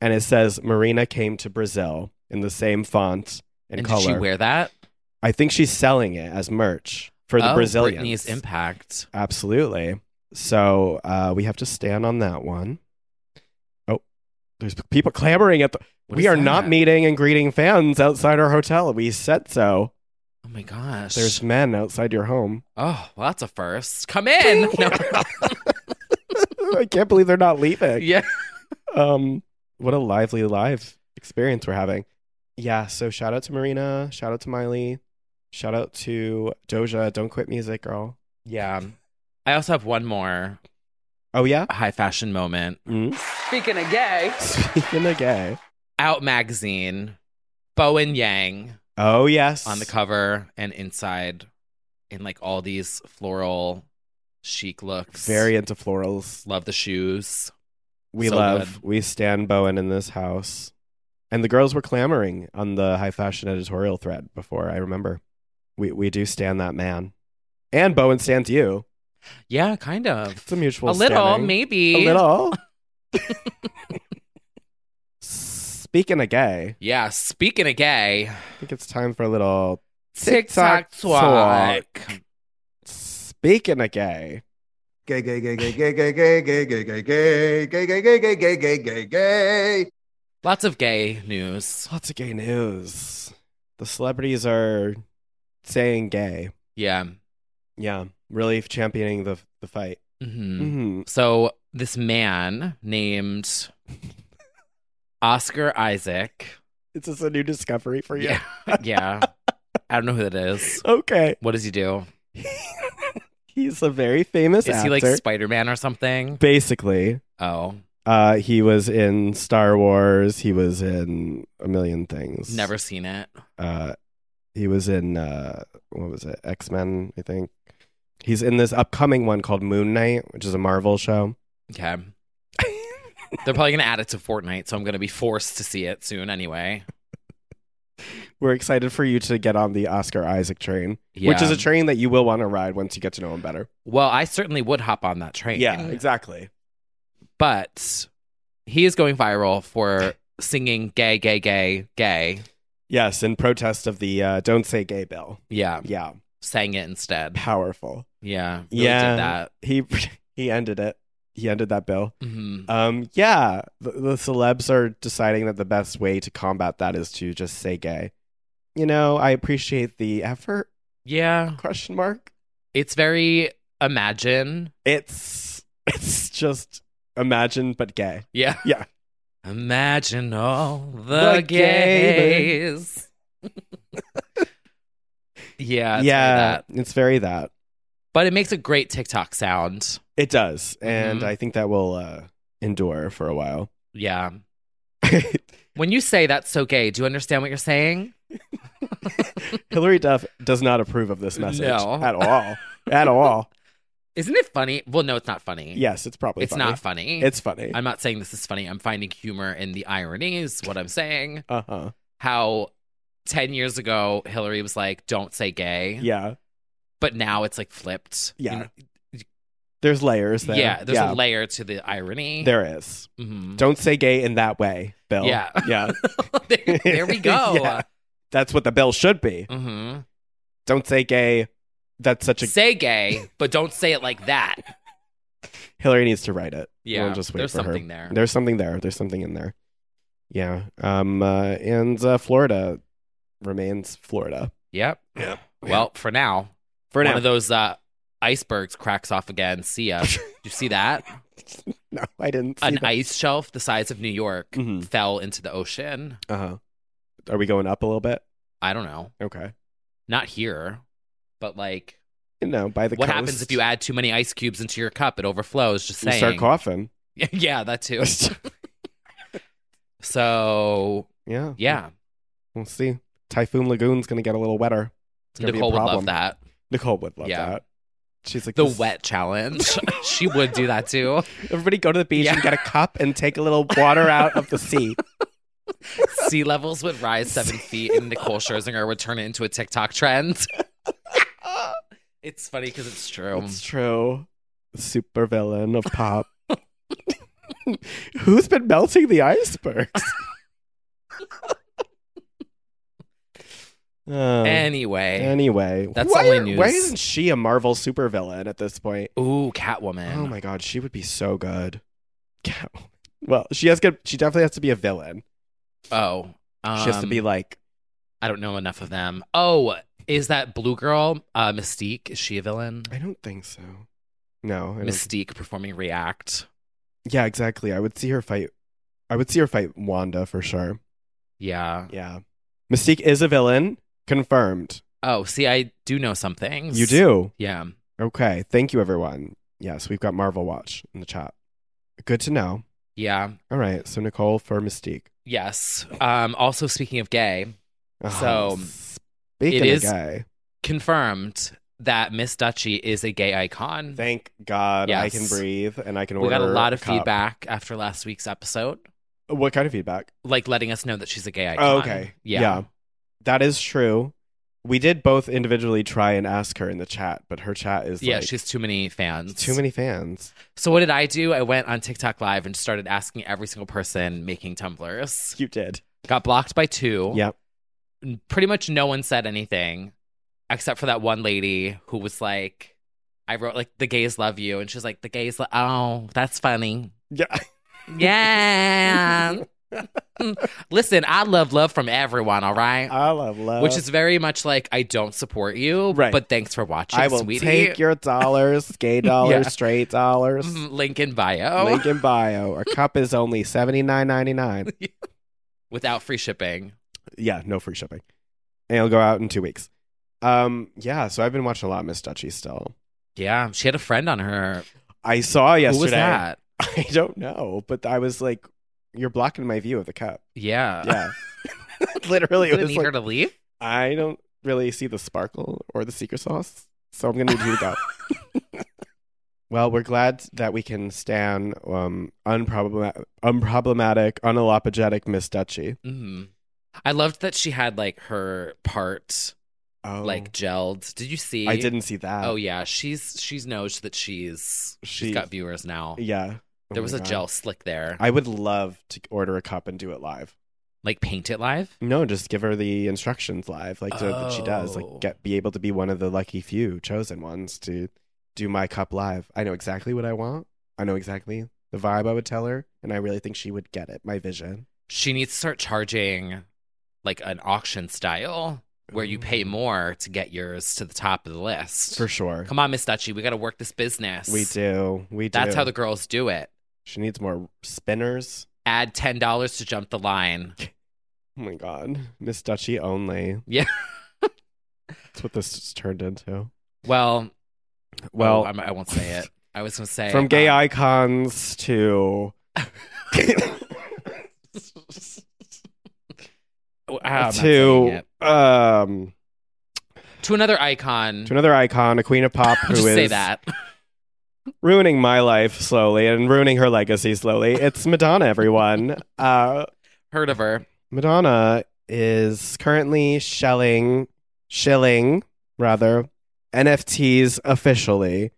and it says Marina came to Brazil in the same font and, And color. did she wear that I think she's selling it as merch for the oh, Brazilians. Britney's impact. Absolutely. So uh, we have to stand on that one. Oh, there's people clamoring at the. What we is are not that? meeting and greeting fans outside our hotel. We said so. Oh my gosh. There's men outside your home. Oh, well, that's a first. Come in. No. I can't believe they're not leaving. yeah. Um, what a lively live experience we're having. Yeah. So shout out to Marina. Shout out to Miley. Shout out to Doja. Don't quit music, girl. Yeah. I also have one more Oh yeah. high fashion moment. Mm. Speaking of gay, Speaking of gay. Out magazine, Bowen Yang Oh yes. on the cover and inside in like all these floral chic looks. Very into florals. love the shoes. We So love, good. we stand Bowen in this house. And the girls were clamoring on the high fashion editorial thread before, I remember. We, we do stand that man. And Bowen stands you. Yeah, kind of. It's a mutual a little, standing. maybe. A little. Speaking of gay, Yeah, speaking of gay, I think it's time for a little. TikTok Tok. talk. Speaking of gay. gay gay gay gay gay gay gay gay gay gay gay gay gay gay gay gay gay gay gay Lots of gay news. Lots of gay news. The celebrities are saying gay. Yeah. Yeah. Really championing the, the fight. hmm hmm So this man named Oscar Isaac. It's just a new discovery for you. Yeah. yeah. I don't know who that is. Okay. What does he do? He's a very famous Is actor. he like Spider Man or something? Basically, Oh, uh, he was in Star Wars. He was in a million things. never seen it. Uh, he was in uh, what was it? X Men, I think. He's in this upcoming one called Moon Knight, which is a Marvel show. Okay. They're probably going to add it to Fortnite, so I'm going to be forced to see it soon anyway. We're excited for you to get on the Oscar Isaac train, which Yeah. is a train that you will want to ride once you get to know him better. Well, I certainly would hop on that train. exactly. But he is going viral for singing gay, gay, gay, gay. Yes, in protest of the uh, "Don't Say Gay" bill. Yeah. Yeah, Sang it instead. powerful. Yeah. Really yeah, Did that. he he ended it. He ended that bill. hmm Um, yeah, the, the celebs are deciding that the best way to combat that is to just say gay. You know, I appreciate the effort. Yeah. Question mark. It's very imagine. It's it's just imagine but gay. Yeah. Yeah. Imagine all the, The gay- gays. yeah. yeah, it's like that. it's very that. But it makes a great TikTok sound. It does, and Mhm. I think that will uh, endure for a while. Yeah. When you say that's so gay, do you understand what you're saying? Hillary Duff does not approve of this message No. at all. At all. Isn't it funny? Well, no, it's not funny. Yes, it's probably It's not funny. It's funny. I'm not Uh-huh. saying this is funny. I'm finding humor in the irony, is what I'm saying. Uh huh. How 10 years ago, Hillary was like, don't say gay. Yeah. But now it's like flipped. You Yeah. know- There's layers there. yeah. There's a layer to the irony. There is. Mhm. Don't say gay in that way, Bill. Yeah. Yeah. there, there we go. Yeah. That's what the bill should be. Mhm. Don't say gay. That's such a Say gay, but don't say it like that. Hillary needs to write it. Yeah, We'll just wait there's for her. something there. There's something there. There's something in there. Yeah. Um. Uh, and uh, Florida remains Florida. Yep. Well, for now, For one now. of those uh, icebergs cracks off again. See ya. Did you see that? No, I didn't. See An that. ice shelf the size of New York Mhm. fell into the ocean. Uh huh. Are we going up a little bit? I don't know. Okay. Not here, but like, You know, by the what coast, happens if you add too many ice cubes into your cup? It overflows. Just you saying. start coughing? yeah, that too. so Yeah. yeah, We'll see. Typhoon Lagoon's gonna get a little wetter. It's gonna Nicole be a would problem. love that. Nicole would love Yeah. that. She's like The this- wet challenge. she would do that too. Everybody go to the beach Yeah. and get a cup and take a little water out of the sea. sea levels would rise seven feet and Nicole Scherzinger would turn it into a TikTok trend. it's funny because it's true. It's true. Super villain of pop. Who's been melting the icebergs? Oh. Anyway. anyway, that's why, only Why news. isn't she a Marvel supervillain at this point? Ooh, Catwoman. Oh my god, she would be so good. Catwoman. Well, she has good. She definitely has to be a villain. Oh. Um, She has to be like, I don't know enough of them. Oh, is that Blue Girl, uh, Mystique? Is she a villain? I don't think so. No, I don't Mystique performing React. Yeah, exactly. I would see her fight. I would see her fight Wanda for sure. Yeah. Yeah. Mystique is a villain. Confirmed. Oh, see, I do know some things. You do. Yeah. Okay. Thank you, everyone. Yes, we've got Marvel Watch in the chat. Good to know. Yeah. All right. So, Nicole for Mystique. Yes. Um, also, speaking of gay, Oh, So, speaking it is- of gay, confirmed that Miss Duchy is a gay icon. thank God I Yes. can breathe and I can we order. got a lot of cup. feedback after last week's episode, What kind of feedback? like letting us know that she's a gay icon. Oh, okay. Yeah. Yeah. That is true. We did both individually try and ask her in the chat, but her chat is Yeah, like, she's too many fans. too many fans. So what did I do? I went on TikTok live and started asking every single person making tumblers. You did. Got blocked by two. Yep. N- Pretty much no one said anything except for that one lady who was like I wrote like the gays love you and she's like the gays lo- oh, that's funny. Yeah. Yeah. Listen, I love love from everyone, all right? I love love. Which is very much like I don't support you, Right. but thanks for watching, I will sweetie. take your dollars, gay dollars, Yeah. Oh. straight dollars. Mm, link in bio Link in bio. Our cup is only seventy nine ninety nine. without free shipping. Yeah, no free shipping. And it'll go out in two weeks. Um, yeah, so I've been watching a lot of Miss Duchy still. Yeah, she had a friend on her. I saw yesterday. Who was that? I don't know, but I was like, You're blocking my view of the cup. Yeah. Yeah. Literally it Didn't was need like, her to leave. I don't really see the sparkle or the secret sauce, so I'm gonna need you to go. well, we're glad that we can stand um, unproblematic, unproblematic, unapologetic Miss Duchy. Mhm. I loved that she had like her part Oh, like gelled. Did you see? I didn't see that. Oh yeah, she's she's knows that she's she's She's- got viewers now. yeah. Oh my there was a God. gel slick there. I would love to order a cup and do it live. like paint it live. No, just give her the instructions live, like so that she does, Oh. like get be able to be one of the lucky few chosen ones to do my cup live. I know exactly what I want. I know exactly the vibe I would tell her, and I really think she would get it. My vision. She needs to start charging like an auction style where you pay more to get yours to the top of the list. Mm. For sure. Come on, Miss Dutchy, we got to work this business. We do. We do. That's how the girls do it. She needs more spinners. Add ten dollars to jump the line. Oh my god. Miss Duchy only. Yeah. That's what this has turned into. Well, Well, oh, I'm, I won't say it. I was gonna say from gay um, icons to oh, I'm not saying to it. um to another icon. to another icon, a queen of pop I'll who just is say that. ruining my life slowly and ruining her legacy slowly. It's Madonna, everyone. uh Heard of her? Madonna is currently shelling, shilling rather, NFTs officially.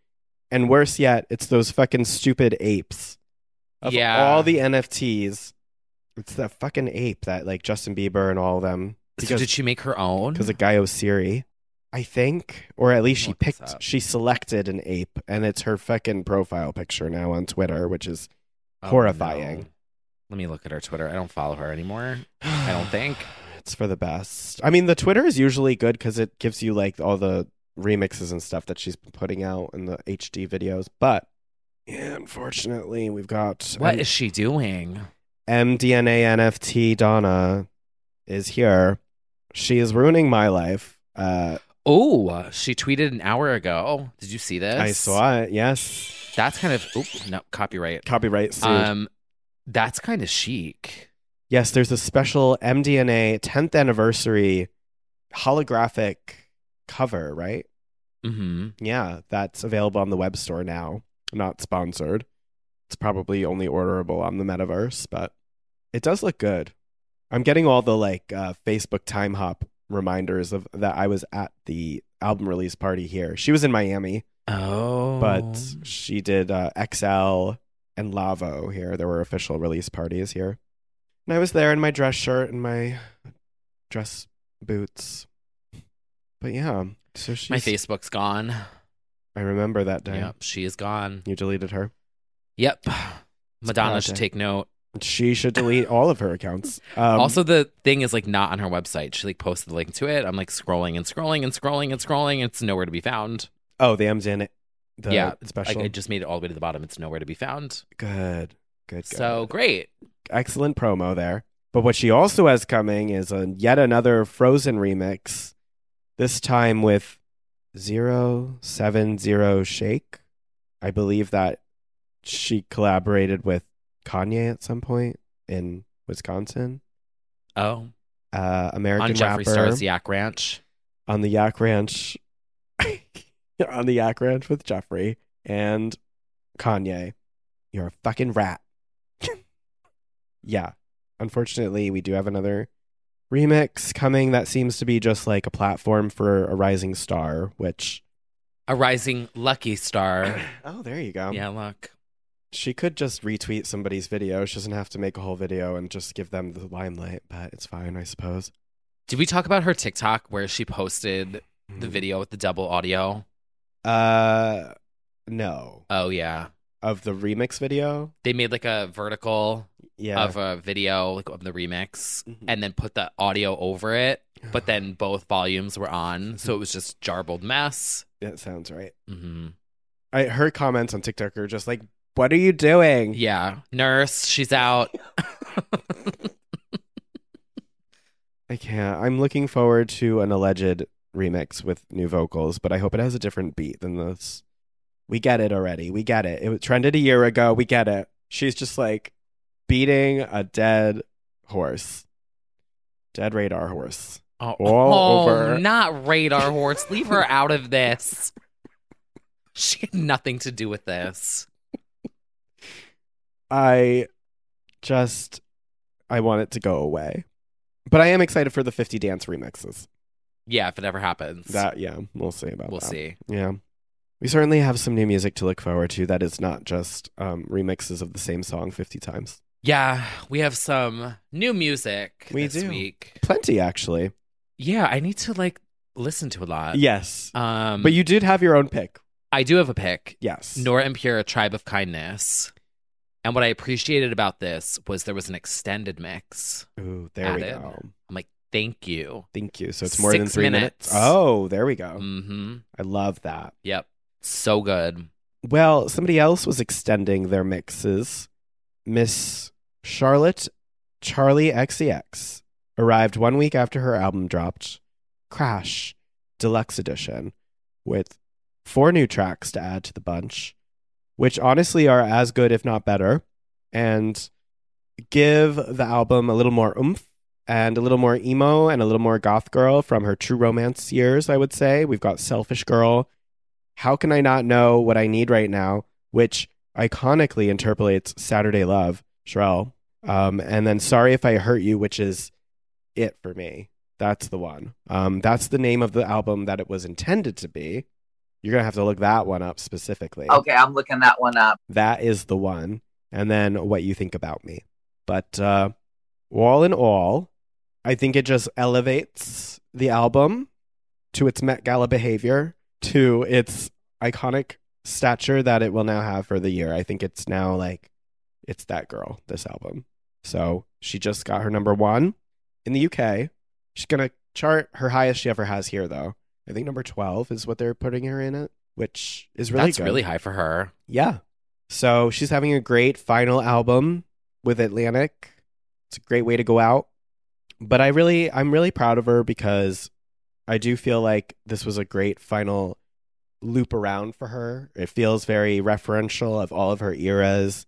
And worse yet, it's those fucking stupid apes. Of Yeah. all the NFTs, it's that fucking ape that like Justin Bieber and all of them. so did she make her own? Because of Guy Osiri, I think, or at least she Look this picked, up. she selected an ape, and it's her fucking profile picture now on Twitter, which is Oh, horrifying. no. Let me look at her Twitter. I don't follow her anymore. I don't think. It's for the best. I mean, the Twitter is usually good because it gives you like all the remixes and stuff that she's been putting out in the HD videos, but yeah, unfortunately, we've got What is M- she doing? MDNA NFT Donna is here. She is ruining my life. Uh, Oh, she tweeted an hour ago. Oh, Did you see this? I saw it. Yes, That's kind of oop, no copyright. copyright suit. Um, that's kind of chic. Yes, there's a special MDNA 10th anniversary holographic cover, right? hmm Yeah, that's available on the web store now. Not sponsored. It's probably only orderable on the metaverse, but it does look good. I'm getting all the like uh, Facebook time hop reminders of that I was at the album release party here. She was in Miami, Oh, but she did uh, XL and Lavo here. There were official release parties here. And I was there in my dress shirt and my dress boots. But yeah, so she's my Facebook's gone. I remember that day. Yep, she is gone. You deleted her. Yep. Madonna bad should day. take note. She should delete all of her accounts. Um, also, the thing is like not on her website. She like posted the link to it. I'm like scrolling and scrolling and scrolling and scrolling. It's nowhere to be found. oh, the M's in it. The yeah, special. I, I just made it all the way to the bottom. It's nowhere to be found. good, good, good. So great. excellent promo there. But what she also has coming is a yet another Frozen remix. This time with zero seven zero shake. I believe that she collaborated with Kanye at some point in Wisconsin. Oh, Uh, American on Jeffree rapper. Star's Yak Ranch. on the Yak Ranch, on the Yak Ranch with Jeffrey and Kanye. You're a fucking rat. yeah. Unfortunately, we do have another remix coming that seems to be just like a platform for a rising star, which. A rising lucky star. Oh, there you go. yeah, look. She could just retweet somebody's video. She doesn't have to make a whole video and just give them the limelight, but it's fine, I suppose. Did we talk about her TikTok where she posted Mm-hmm. the video with the double audio? Uh, no. Oh yeah. Of the remix video? They made like a vertical Yeah. of a video like of the remix Mhm. and then put the audio over it, but then both volumes were on, so it was just jarbled mess. That sounds right. hmm I her comments on TikTok are just like, "What are you doing?" Yeah, nurse, she's out. I can't. I'm looking forward to an alleged remix with new vocals, but I hope it has a different beat than this. We get it already. We get it. It was trended a year ago. We get it. She's just like beating a dead horse, dead radar horse. Oh, All oh, over. Not radar horse. Leave her out of this. She had nothing to do with this. I just I want it to go away, but I am excited for the 50 dance remixes. Yeah, if it ever happens, That yeah, we'll see about we'll that. see. Yeah. We certainly have some new music to look forward to that is not just um, remixes of the same song 50 times. Yeah, we have some new music We this do. week. Plenty, actually. Yeah, I need to like listen to a lot. yes. Uh, Um, but you did have your own pick. I do have a pick. Yes. Nora and Pure, Tribe of Kindness. And what I appreciated about this was there was an extended mix. Ooh, there we Added. go. I'm like, thank you. Thank you. So it's more Six than three minutes. minutes. Oh, there we go. Mm-hmm. I love that. Yep. So good. Well, somebody else was extending their mixes. Miss Charlotte Charlie XEX arrived one week after her album dropped, Crash Deluxe Edition, with four new tracks to add to the bunch, which honestly are as good, if not better, and give the album a little more oomph and a little more emo and a little more goth girl from her true romance years, I would say. We've got Selfish Girl, how Can I Not Know What I Need Right Now, which iconically interpolates Saturday Love, Sherelle. Um, and then Sorry If I Hurt You, which is it for me. That's the one. Um, that's the name of the album that it was intended to be. You're gonna have to look that one up specifically. Oh, Okay, I'm looking that one up. That is the one. And then what you think about me. But uh, all in all, I think it just elevates the album to its Met Gala behavior, to its iconic stature that it will now have for the year. I think it's now like it's that girl, this album. So she just got her number one in the UK. She's gonna chart her highest she ever has here though. I think number twelve is what they're putting her in it, which is really That's good. really high for her. Yeah. So she's having a great final album with Atlantic. It's a great way to go out. But I really I'm really proud of her because I do feel like this was a great final loop around for her. It feels very referential of all of her eras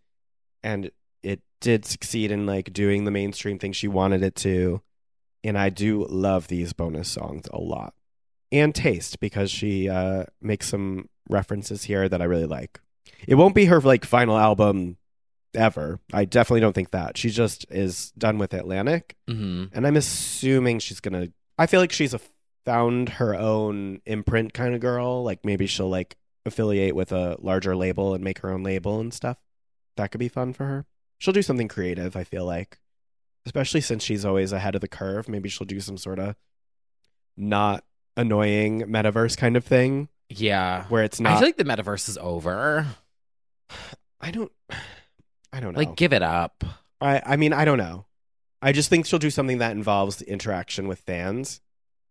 and it did succeed in like doing the mainstream thing she wanted it to. And I do love these bonus songs a lot. And taste because she uh makes some references here that I really like. It won't be her like final album ever. I definitely don't think that. She just is done with Atlantic. Mhm. And I'm assuming she's going to I feel like she's a found her own imprint kind of girl, like maybe she'll like affiliate with a larger label and make her own label and stuff. That could be fun for her. She'll do something creative, I feel like. Especially since she's always ahead of the curve, maybe she'll do some sort of not annoying metaverse kind of thing Yeah. where it's I not feel like the metaverse is over. I don't I don't know. Like, give it up. I I mean, I don't know. I just think she'll do something that involves the interaction with fans.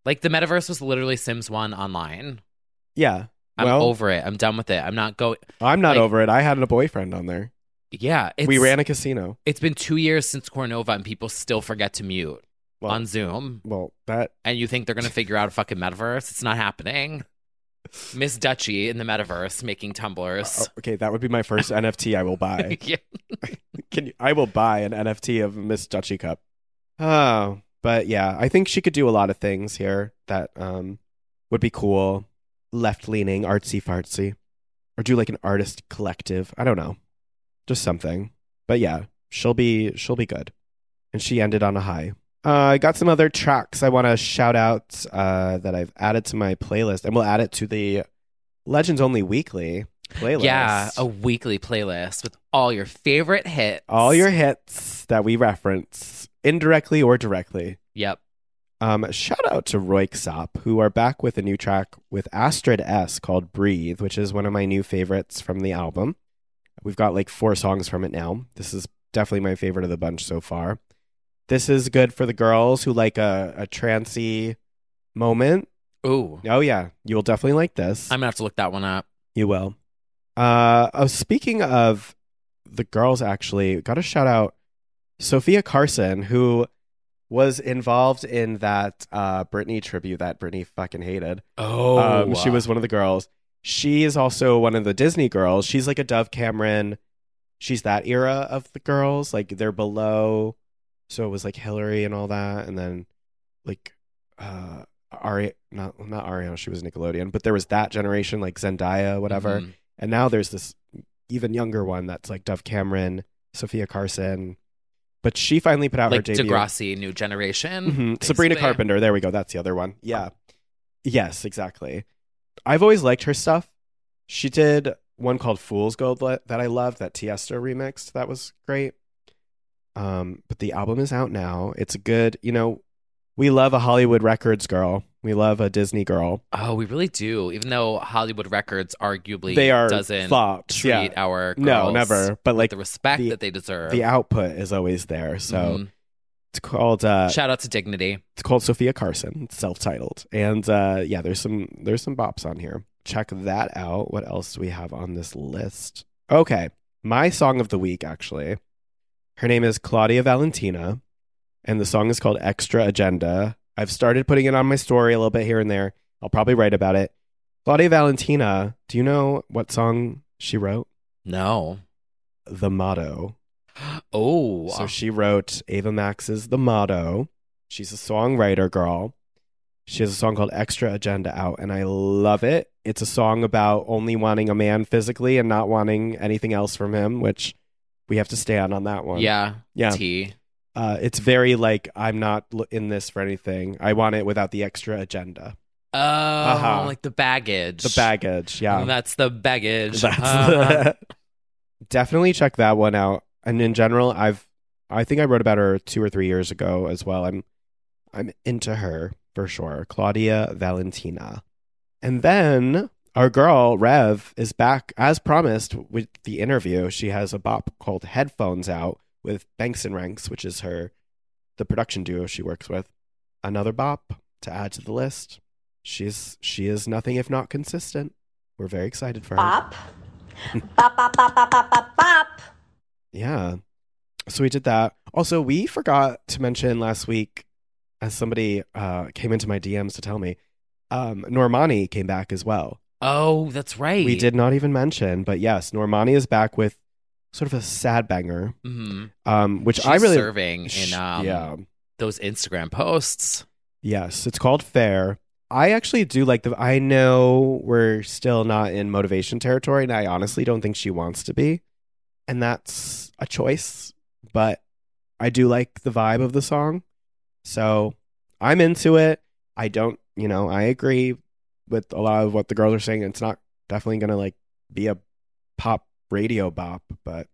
Like the metaverse was literally Sims One online. Yeah. I'm well, over it. I'm done with it. I'm not going. I'm not like- over it. I had a boyfriend on there. Yeah, it's, we ran a casino. It's been two years since Cornova, and people still forget to mute Well- on Zoom. Well, that And you think they're gonna figure out a fucking metaverse? It's not happening. Miss Dutchy in the metaverse making tumblers. oh, okay, that would be my first NFT I will buy. yeah. Can you, I will buy an NFT of Miss Dutchy Cup. Oh, but yeah, I think she could do a lot of things here that um would be cool, left leaning, artsy fartsy, or do like an artist collective. I don't know, just something. But yeah, she'll be she'll be good, and she ended on a high. Uh, I got some other tracks I want to shout out uh, that I've added to my playlist, and we'll add it to the Legends Only Weekly playlist. Yeah, a weekly playlist with all your favorite hits. all your hits that we reference indirectly or directly. Yep. Um, shout out to Royksop, who are back with a new track with Astrid S called Breathe, which is one of my new favorites from the album. We've got like four songs from it now. This is definitely my favorite of the bunch so far. This is good for the girls who like a, a trancy moment. Ooh. Oh, yeah. You'll definitely like this. I'm gonna have to look that one up. You will. Uh, oh, speaking of the girls, actually, got to shout out Sophia Carson, who was involved in that uh, Britney tribute that Britney fucking hated. Oh, Um, she was one of the girls. She is also one of the Disney girls. She's like a Dove Cameron. She's that era of the girls. Like they're below. So it was like Hillary and all that. And then like uh Ari not not Ariana, she was Nickelodeon, but there was that generation, like Zendaya, whatever. Mhm. And now there's this even younger one that's like Dove Cameron, Sophia Carson. But she finally put out like her debut. Degrassi, New Generation. Mhm. Sabrina basically. Carpenter. There we go. That's the other one. Yeah. Yes, exactly. I've always liked her stuff. She did one called Fool's Gold that that I loved, that Tiesto remixed. That was great. Um, but the album is out now. It's a good, you know, we love a Hollywood Records girl. We love a Disney girl. Oh, we really do. Even though Hollywood Records arguably They are doesn't flops, treat yeah. our No, girls never. But with like the respect the- that they deserve. the output is always there. So Mhm. it's called uh, shout out to Dignity. It's called Sophia Carson. It's self-titled, and uh, yeah, there's some there's some bops on here. Check that out. What else do we have on this list? Okay, my song of the week actually. Her name is Claudia Valentina, and the song is called Extra Agenda. I've started putting it on my story a little bit here and there. I'll probably write about it. Claudia Valentina, do you know what song she wrote? No. The Motto. Oh, So she wrote Ava Max's The Motto. She's a songwriter girl. She has a song called Extra Agenda out, and I love it. It's a song about only wanting a man physically and not wanting anything else from him, which we have to stand on that one. yeah, Yeah. T. Uh, it's very like I'm not l- in this for anything. I want it without the extra agenda. Oh, Uh-huh. like the baggage. Mm, The baggage, yeah. That's the baggage. That's Uh-huh. the- definitely check that one out. And in general, I've I think I wrote about her two or three years ago as well. I'm I'm into her for sure. Claudia Valentina. And then our girl Rev is back as promised with the interview. She has a bop called Headphones Out with Banks and Ranks, which is her the production duo she works with. Another bop to add to the list. She's she is nothing if not consistent. We're very excited for her. Bop. bop, bop, bop, bop, bop, bop, bop. Yeah. So we did that. Also, we forgot to mention last week, as somebody uh, came into my DMs to tell me, um, Normani came back as well. oh, that's right. We did not even mention, but yes, Normani is back with sort of a sad banger, hmm um, which She's I really serving in Sh- um, yeah. those Instagram posts. Yes, it's called Fair. I actually do like the. I know we're still not in motivation territory, and I honestly don't think she wants to be, and that's a choice. But I do like the vibe of the song, so I'm into it. I don't, you know, I agree with a lot of what the girls are saying. It's not definitely gonna like be a pop radio bop, but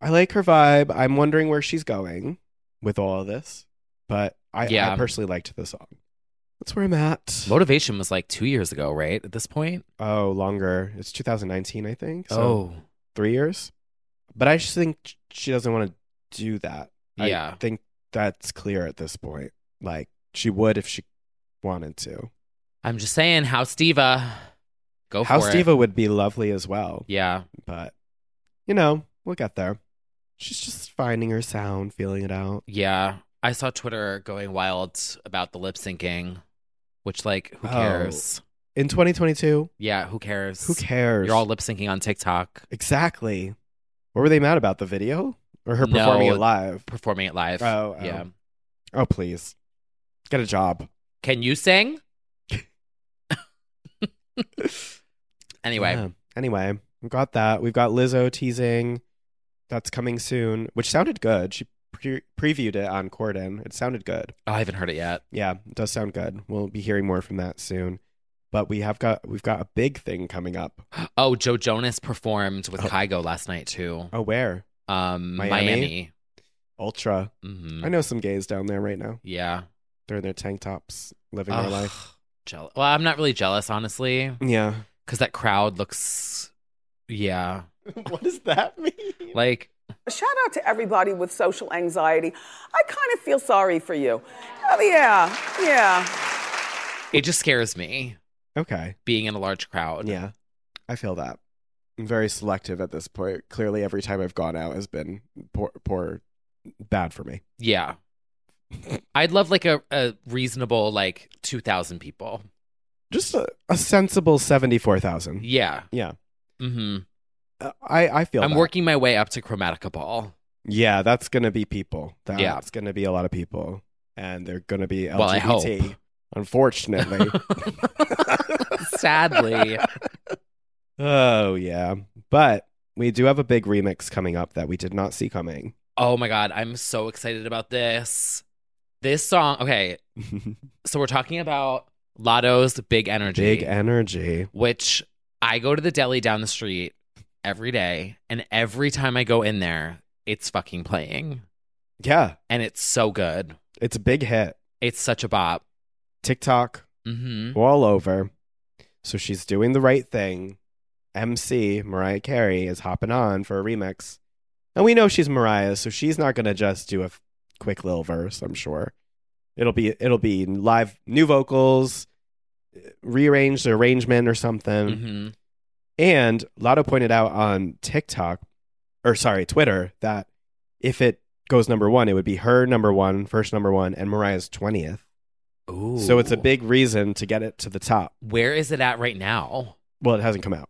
I like her vibe. I'm wondering where she's going with all of this, but I, Yeah. I personally liked the song. That's where I'm at. Motivation was like two years ago, right? At this point. Oh, longer. It's 2019, I think. oh, three years. But I just think she doesn't want to do that. Yeah. I think that's clear at this point. Like she would if she wanted to. I'm just saying, House Diva, go House for Diva it. would be lovely as well. Yeah, But you know, we'll get there. She's just finding her sound, feeling it out. yeah. I saw Twitter going wild about the lip syncing, which like, who Oh. cares? In 2022, Yeah, who cares? who cares? You're all lip syncing on TikTok, Exactly. What were they mad about? The video or her No. performing it live? performing it live. Oh, oh. yeah. Oh, please. Get a job. Can you sing? anyway, Yeah. Anyway, we've got that. We've got Lizzo teasing. That's coming soon, which sounded good. She pre- previewed it on Corden. It sounded good. Oh, I haven't heard it yet. Yeah, it does sound good. We'll be hearing more from that soon. But we have got we've got a big thing coming up. Oh, Joe Jonas performed with Oh. Kygo last night too. Oh, where? Um, Miami. Miami? Ultra. Mhm. I know some gays down there right now. Yeah. They're in their tank tops, living Ugh. their life. Jeal- Well, I'm not really jealous, honestly, Yeah. because that crowd looks. Yeah. what does that mean? Like, Shout out to everybody with social anxiety. I kind of feel sorry for you. Oh, yeah, yeah. it just scares me Okay. being in a large crowd. Yeah. I feel that. I'm very selective at this point. Clearly, every time I've gone out has been poor, poor bad for me. Yeah. I'd love like a, a reasonable, like 2,000 people. Just a, a sensible 74,000. Yeah. Yeah. hmm Uh, I, I feel I'm that. working my way up to Chromatica Ball. Yeah, that's going to be people. That's Yeah. going to be a lot of people. And they're going to be LGBT. Well, I hope. Unfortunately. Sadly. oh, yeah. But we do have a big remix coming up that we did not see coming. Oh my God. I'm so excited about this. This song. Okay. So we're talking about Lotto's Big Energy. Big energy. which I go to the deli down the street every day, and every time I go in there, it's fucking playing, Yeah. and it's so good. It's a big hit. It's such a bop. TikTok, hmm all over. So she's doing the right thing. MC Mariah Carey is hopping on for a remix. And we know she's Mariah, so she's not going to just do a f- quick little verse, I'm sure. It'll be it'll be live new vocals, uh, rearranged arrangement or something. hmm And Lotto pointed out on TikTok, or sorry, Twitter, that if it goes number one, it would be her number one, first number one, and Mariah's 20th. Mm-hmm. Ooh. So it's a big reason to get it to the top. Where is it at right now? Well, it hasn't come out.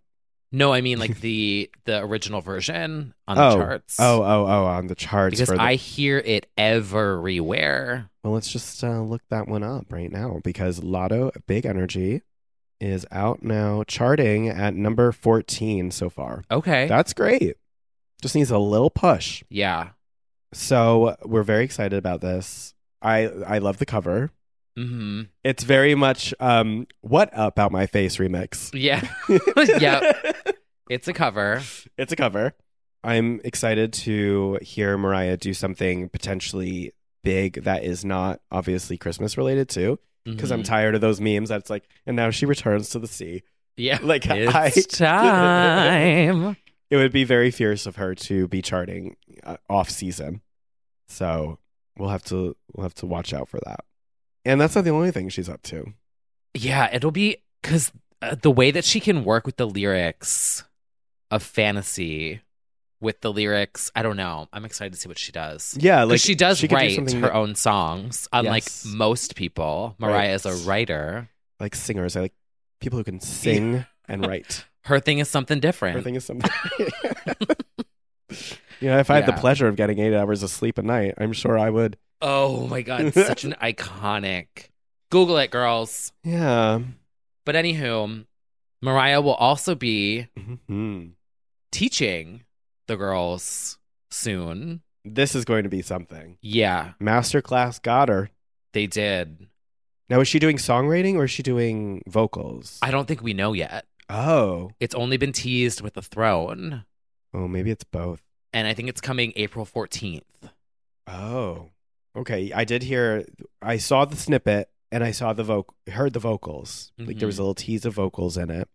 No, I mean like the the original version on oh. the charts. Oh, oh, oh, on the charts. because for the- I hear it everywhere. Well, let's just uh, look that one up right now because Lotto Big Energy is out now, charting at number 14 so far. Okay. That's great. Just needs a little push. yeah. So we're very excited about this. I I love the cover. Mm-hmm. It's very much um, "What Up Out My Face" remix. Yeah. yeah. It's a cover. It's a cover. I'm excited to hear Mariah do something potentially big that is not obviously Christmas related too, because I'm Mhm. tired of those memes. That's like, and now she returns to the sea. Mm-hmm. Yeah. Like I, It's time. it would be very fierce of her to be charting uh, off season. So we'll have to we'll have to watch out for that. And that's not the only thing she's up to. Yeah, it'll be because uh, the way that she can work with the lyrics of fantasy with the lyrics, I don't know. I'm excited to see what she does. Yeah, 'Cause like, she does she could do write something her that- own songs, unlike Yes. most people. Mariah is Right. a writer. Like singers, I like people who can sing and write. Her thing is something different. Everything is something. You know, if I had Yeah. the pleasure of getting eight hours of sleep a night, I'm sure I would. Oh my god, such an iconic. Google it, girls. Yeah. But anywho, Mariah will also be Hmm. teaching the girls soon. This is going to be something. Yeah, Masterclass got her. they did. Now, is she doing songwriting or is she doing vocals? I don't think we know yet. Oh. It's only been teased with the throne, Oh, maybe it's both. and I think it's coming April 14th. Oh. Okay. I did hear, I saw the snippet and I saw the vocal, heard the vocals. Like there was Mm-hmm. a little tease of vocals in it.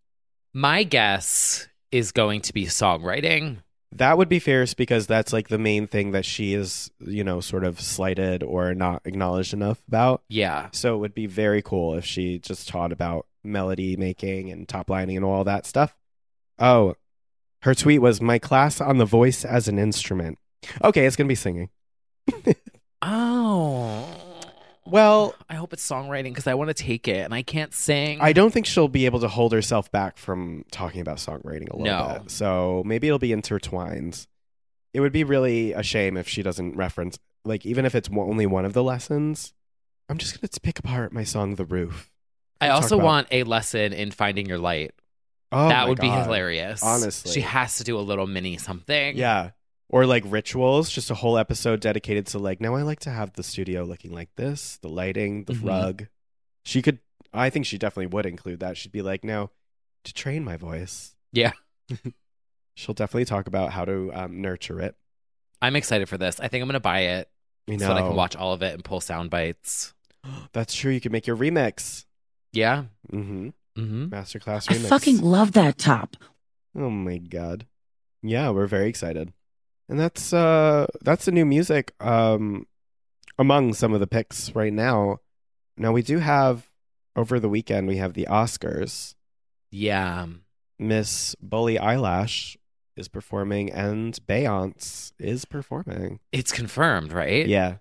My guess is going to be songwriting. That would be fierce because that's like the main thing that she is, you know, sort of slighted or not acknowledged enough about. Yeah. So it would be very cool if she just taught about melody making and top lining and all that stuff. Oh, her tweet was my class on the voice as an instrument. Okay, it's going to be singing. Oh. Well, I hope it's songwriting because I want to take it and I can't sing. I don't think she'll be able to hold herself back from talking about songwriting a little No. bit. So maybe it'll be intertwined. It would be really a shame if she doesn't reference, like, even if it's one- only one of the lessons. I'm just going to pick apart my song, The Roof. I Talk also about- want a lesson in finding your light. Oh that my would be God. hilarious. Honestly. she has to do a little mini something. Yeah. Or like rituals, just a whole episode dedicated to like, now I like to have the studio looking like this, the lighting, the Mhm. rug. She could, I think she definitely would include that. She'd be like, now to train my voice, yeah. she'll definitely talk about how to um, nurture it. I'm excited for this. I think I'm gonna buy it You so that I know. can watch all of it and pull sound bites. That's true. You can make your remix. Yeah. Mm-hmm. Mm-hmm. Masterclass I remix. fucking love that top. Oh my god. Yeah, we're very excited. And that's uh that's the new music um among some of the picks right now. Now we do have over the weekend we have the Oscars. Yeah. Miss Bully Eyelash is performing and Beyonce is performing. It's confirmed, right? yeah.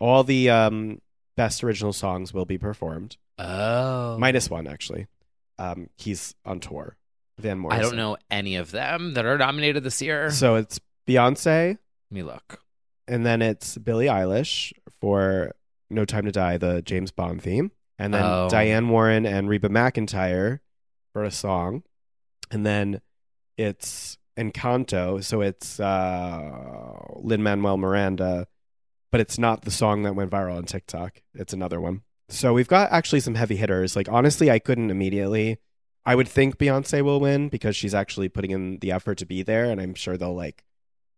All the um best original songs will be performed. Oh. Minus one actually. Um he's on tour. Van Morrison. I don't know any of them that are nominated this year. So it's Beyonce, Let me look. and then it's Billie Eilish for No Time to Die, the James Bond theme, and then Oh. Diane Warren and Reba McIntyre for a song, and then it's Encanto, so it's uh, Lin Manuel Miranda, but it's not the song that went viral on TikTok. It's another one. So we've got actually some heavy hitters. Like honestly, I couldn't immediately. I would think Beyonce will win because she's actually putting in the effort to be there, and I'm sure they'll like.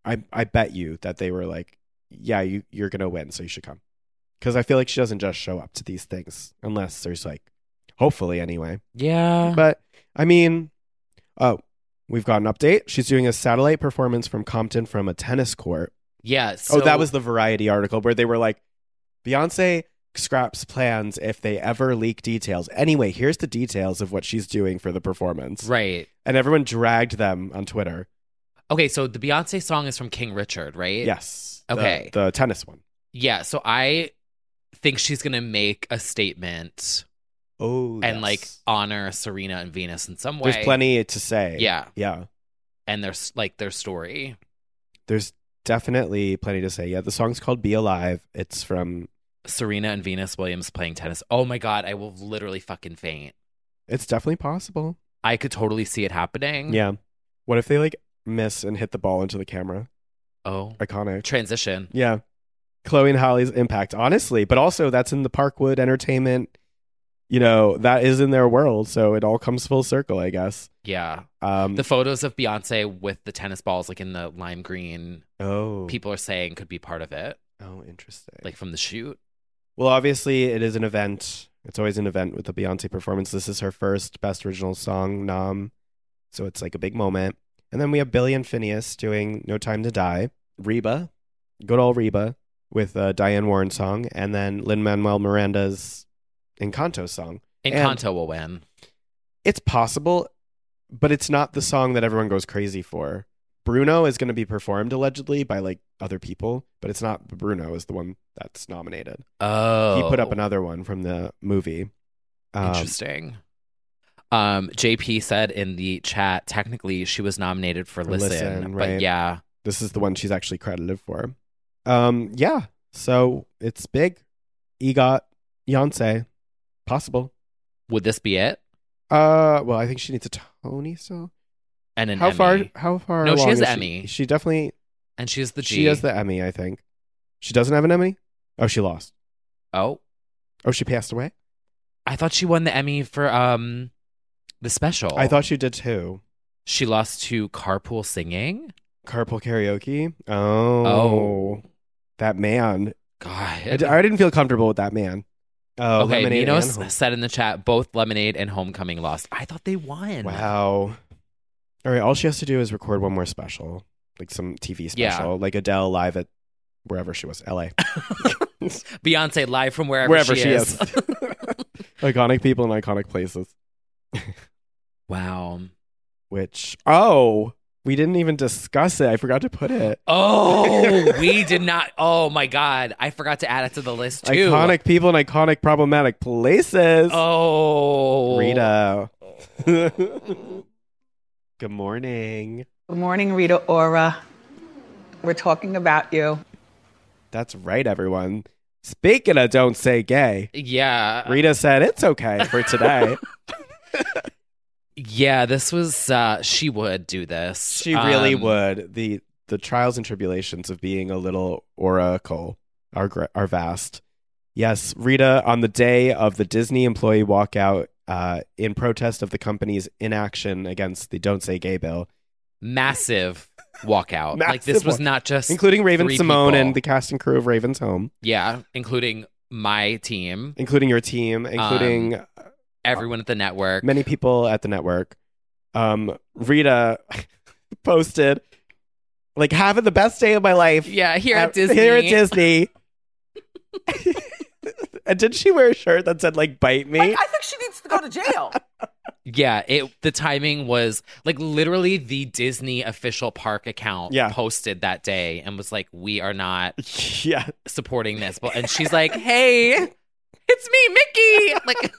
I I bet you that they were like, yeah, you you're gonna win, so you should come. Because I feel like she doesn't just show up to these things unless there's like, hopefully anyway. Yeah. But I mean, oh, we've got an update. She's doing a satellite performance from Compton from a tennis court. Yeah. oh, that so- was the Variety article where they were like, Beyonce scraps plans if they ever leak details. Anyway, here's the details of what she's doing for the performance. right. And everyone dragged them on Twitter. Okay, so the Beyonce song is from King Richard, right? yes. the- Okay. The, tennis one. Yeah. So I think she's gonna make a statement Oh, and yes. like honor Serena and Venus in some way. There's plenty to say. Yeah. Yeah. And there's like their story. There's definitely plenty to say. Yeah. The song's called Be Alive. It's from, Serena and Venus Williams playing tennis. Oh my god, I will literally fucking faint. it's definitely possible. I could totally see it happening. Yeah. What if they like miss and hit the ball into the camera? Oh, iconic transition. Yeah, Chloe and Holly's impact, honestly, but also that's in the Parkwood Entertainment. You know that is in their world, so it all comes full circle, I guess. Yeah. Um, the photos of Beyonce with the tennis balls, like in the lime green, oh, people are saying could be part of it, oh, interesting. like from the shoot. Well, obviously, it is an event. It's always an event with the Beyonce performance. This is her first Best Original Song nom, so it's like a big moment. And then we have Billy and Phineas doing "No Time to Die," Reba, good old Reba, with a Diane Warren song, and then Lin Manuel Miranda's "Encanto" song. And Encanto will win. it's possible, but it's not the song that everyone goes crazy for. Bruno is going to be performed allegedly by like other people, but it's not Bruno is the one that's nominated. Oh, He put up another one from the movie. Um, Interesting. Um, JP said in the chat, technically she was nominated for, For Listen, Listen, but right. yeah, This is the one she's actually credited for. Um, yeah. So it's big. EGOT, Yonsei, possible. would this be it? Uh, well, I think she needs a Tony still. And an how Emmy. far? How far? No, she along has is Emmy. She, definitely. and she is the G. She has the Emmy. I think. She doesn't have an Emmy. Oh, she lost. oh, Oh, she passed away. I thought she won the Emmy for um the special. I thought she did too. she lost to Carpool Singing. Carpool karaoke. Oh, that man. God, I, d- I didn't feel comfortable with that man. Oh, okay, lemonade and Minos Home- said in the chat both Lemonade and Homecoming lost. I thought they won. Wow. All right, all she has to do is record one more special, like some TV Yeah. special, like Adele live at wherever she was, LA. Beyonce live from wherever, Wherever she, she is. is. iconic people in iconic places. wow. Which oh, we didn't even discuss it. I forgot to put it. Oh, we did not. Oh my God, I forgot to add it to the list too. Iconic people in iconic problematic places. Oh, Rita. Good morning. Good morning, Rita Ora. We're talking about you. That's right, everyone. Speaking of don't say gay, Yeah, Rita said it's okay for today. yeah. This was. uh She would do this. She really Um, would. The the trials and tribulations of being a little oracle are gr- are vast. Yes, Rita, on the day of the Disney employee walkout uh, in protest of the company's inaction against the Don't Say Gay bill, Massive walkout. like Massive this was walk- not just including Raven three Simone people. and the cast and crew of Raven's Home, yeah, including my team, including your team, including Um, everyone at the network. many people at the network. Um, Rita posted, like, having the best day of my life. yeah, here at Uh, Disney. Here at Disney. and did she wear a shirt that said like "bite me"? Like, I think she needs to go to jail. Yeah, it the timing was like literally the Disney official park account Yeah. posted that day and was like, "We are not yeah, supporting this." But and she's like, "Hey, it's me, Mickey." Like,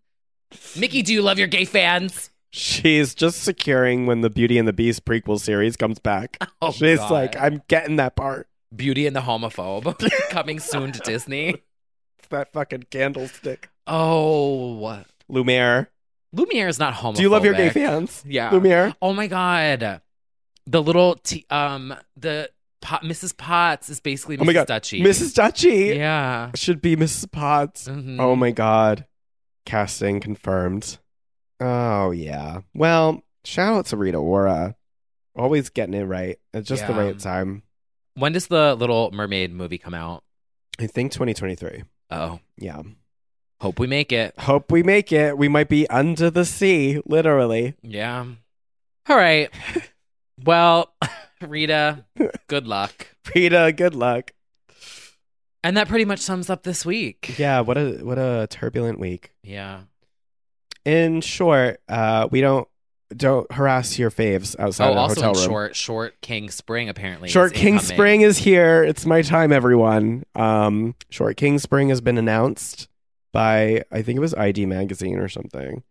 Mickey, do you love your gay fans? she's just securing when the Beauty and the Beast prequel series comes back. Oh, she's God. like, I'm getting that part. Beauty and the homophobe coming soon to Disney. It's that fucking candlestick, Oh, Lumiere. Lumiere is not homophobic. Do you love your gay fans, Yeah. Lumiere? Oh my god, the little t- um the pot- Mrs. Potts is basically Mrs. Oh my God, Dutchy. Mrs. Duchy Yeah. should be Mrs. Potts. Mhm. Oh my god, casting confirmed. Oh yeah. Well, shout out to Rita Ora, always getting it right at just the Yeah. right time. When does the Little Mermaid movie come out? I think 2023. Oh, Yeah. hope we make it. Hope we make it. We might be under the sea, literally. Yeah. All right. Well, Rita, good luck. Rita, good luck. And that pretty much sums up this week. Yeah, what a what a turbulent week. Yeah. In short, uh, we don't don't harass your faves outside Oh, of the also hotel in room. short, short King Spring apparently. is Short King incoming. Spring is here. It's my time, everyone. Um, Short King Spring has been announced by I think it was ID Magazine or something.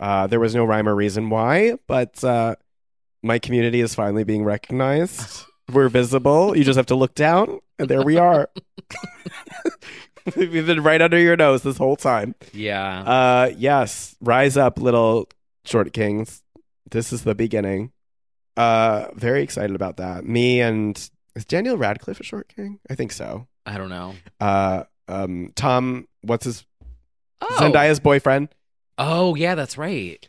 Uh, there was no rhyme or reason why, but uh, my community is finally being recognized. We're visible. You just have to look down, and there we are. We've been right under your nose this whole time. Yeah. Uh, yes, rise up, little Short Kings. This is the beginning. Uh, very excited about that. Me and is Daniel Radcliffe a short king? I think so. I don't know. Uh, um, Tom, what's his Zendaya's boyfriend? Oh yeah, that's right.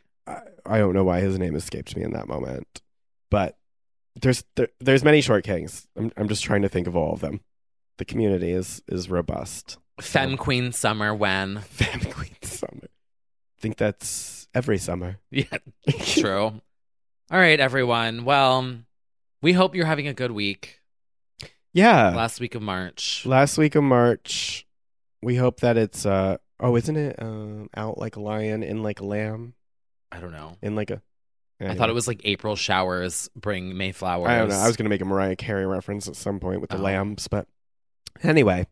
I don't know why his name escaped me in that moment, but there's there, there's many short kings. I'm I'm just trying to think of all of them. The community is is robust. Femme Queen Summer when Femme Queen Summer. I think that's every summer. Yeah, true. All right, everyone. Well, we hope you're having a good week. Yeah. Last week of March. Last week of March, we hope that it's uh oh, isn't it um out like a lion in like a lamb I don't know. in like a I thought it was like April showers bring Mayflowers. I don't know. I was gonna make a Mariah Carey reference at some point with the Oh. lambs, but anyway,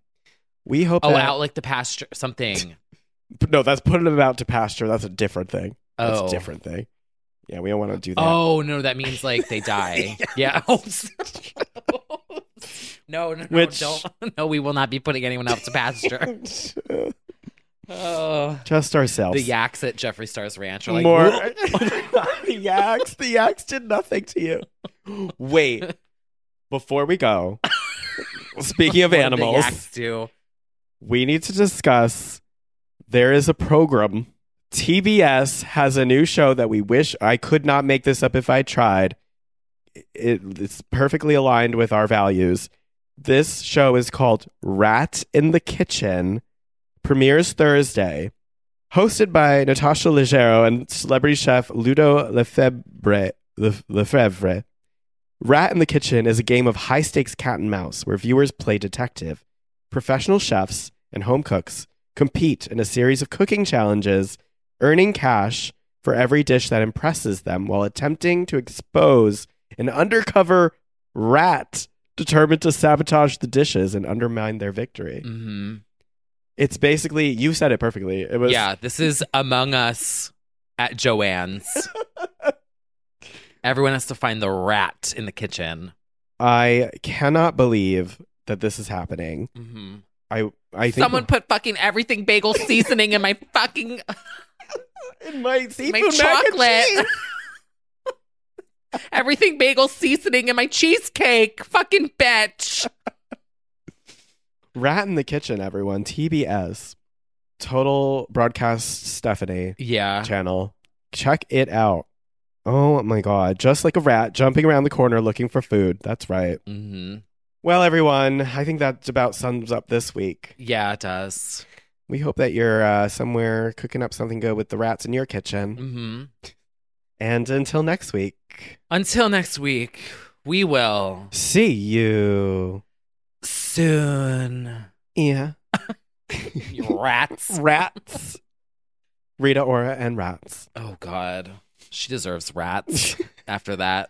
we hope. oh, that, out like the pasture something. No, that's putting them out to pasture. That's a different thing. That's Oh. a different thing. Yeah, we don't want to do that. oh no, that means like they die. yeah. Oops. no, no, no, Which- don't. No, we will not be putting anyone out to pasture. oh. Just ourselves. The yaks at Jeffree Star's ranch are like More "Whoa." the yaks. The yaks did nothing to you. Wait, before we go, speaking of What did the animals, yaks do. we need to discuss. There is a program. TBS has a new show that we wish I could not make this up if I tried. It, it's perfectly aligned with our values. This show is called Rat in the Kitchen, premieres Thursday, hosted by Natasha Leggero and celebrity chef Ludo Lefebvre. Lef- Lefebvre. Rat in the Kitchen is a game of high stakes cat and mouse where viewers play detective. Professional chefs and home cooks compete in a series of cooking challenges, earning cash for every dish that impresses them while attempting to expose an undercover rat determined to sabotage the dishes and undermine their victory. Mm-hmm. It's basically, you said it perfectly. It was yeah, this is Among Us at Joanne's. Everyone has to find the rat in the kitchen. I cannot believe that this is happening. hmm I I think Someone put fucking everything bagel seasoning in my fucking in my seafood my mac and chocolate. everything bagel seasoning in my cheesecake. Fucking bitch. Rat in the Kitchen, everyone. TBS, Total Broadcast Stephanie Yeah. channel. Check it out. Oh my God. Just like a rat jumping around the corner looking for food. That's right. hmm Well, everyone, I think that about sums up this week. Yeah, it does. We hope that you're uh, somewhere cooking up something good with the rats in your kitchen. hmm And until next week, Until next week, we will see you. soon. Yeah. You Rats. Rats. Rita Ora and rats. Oh God, she deserves rats. After that.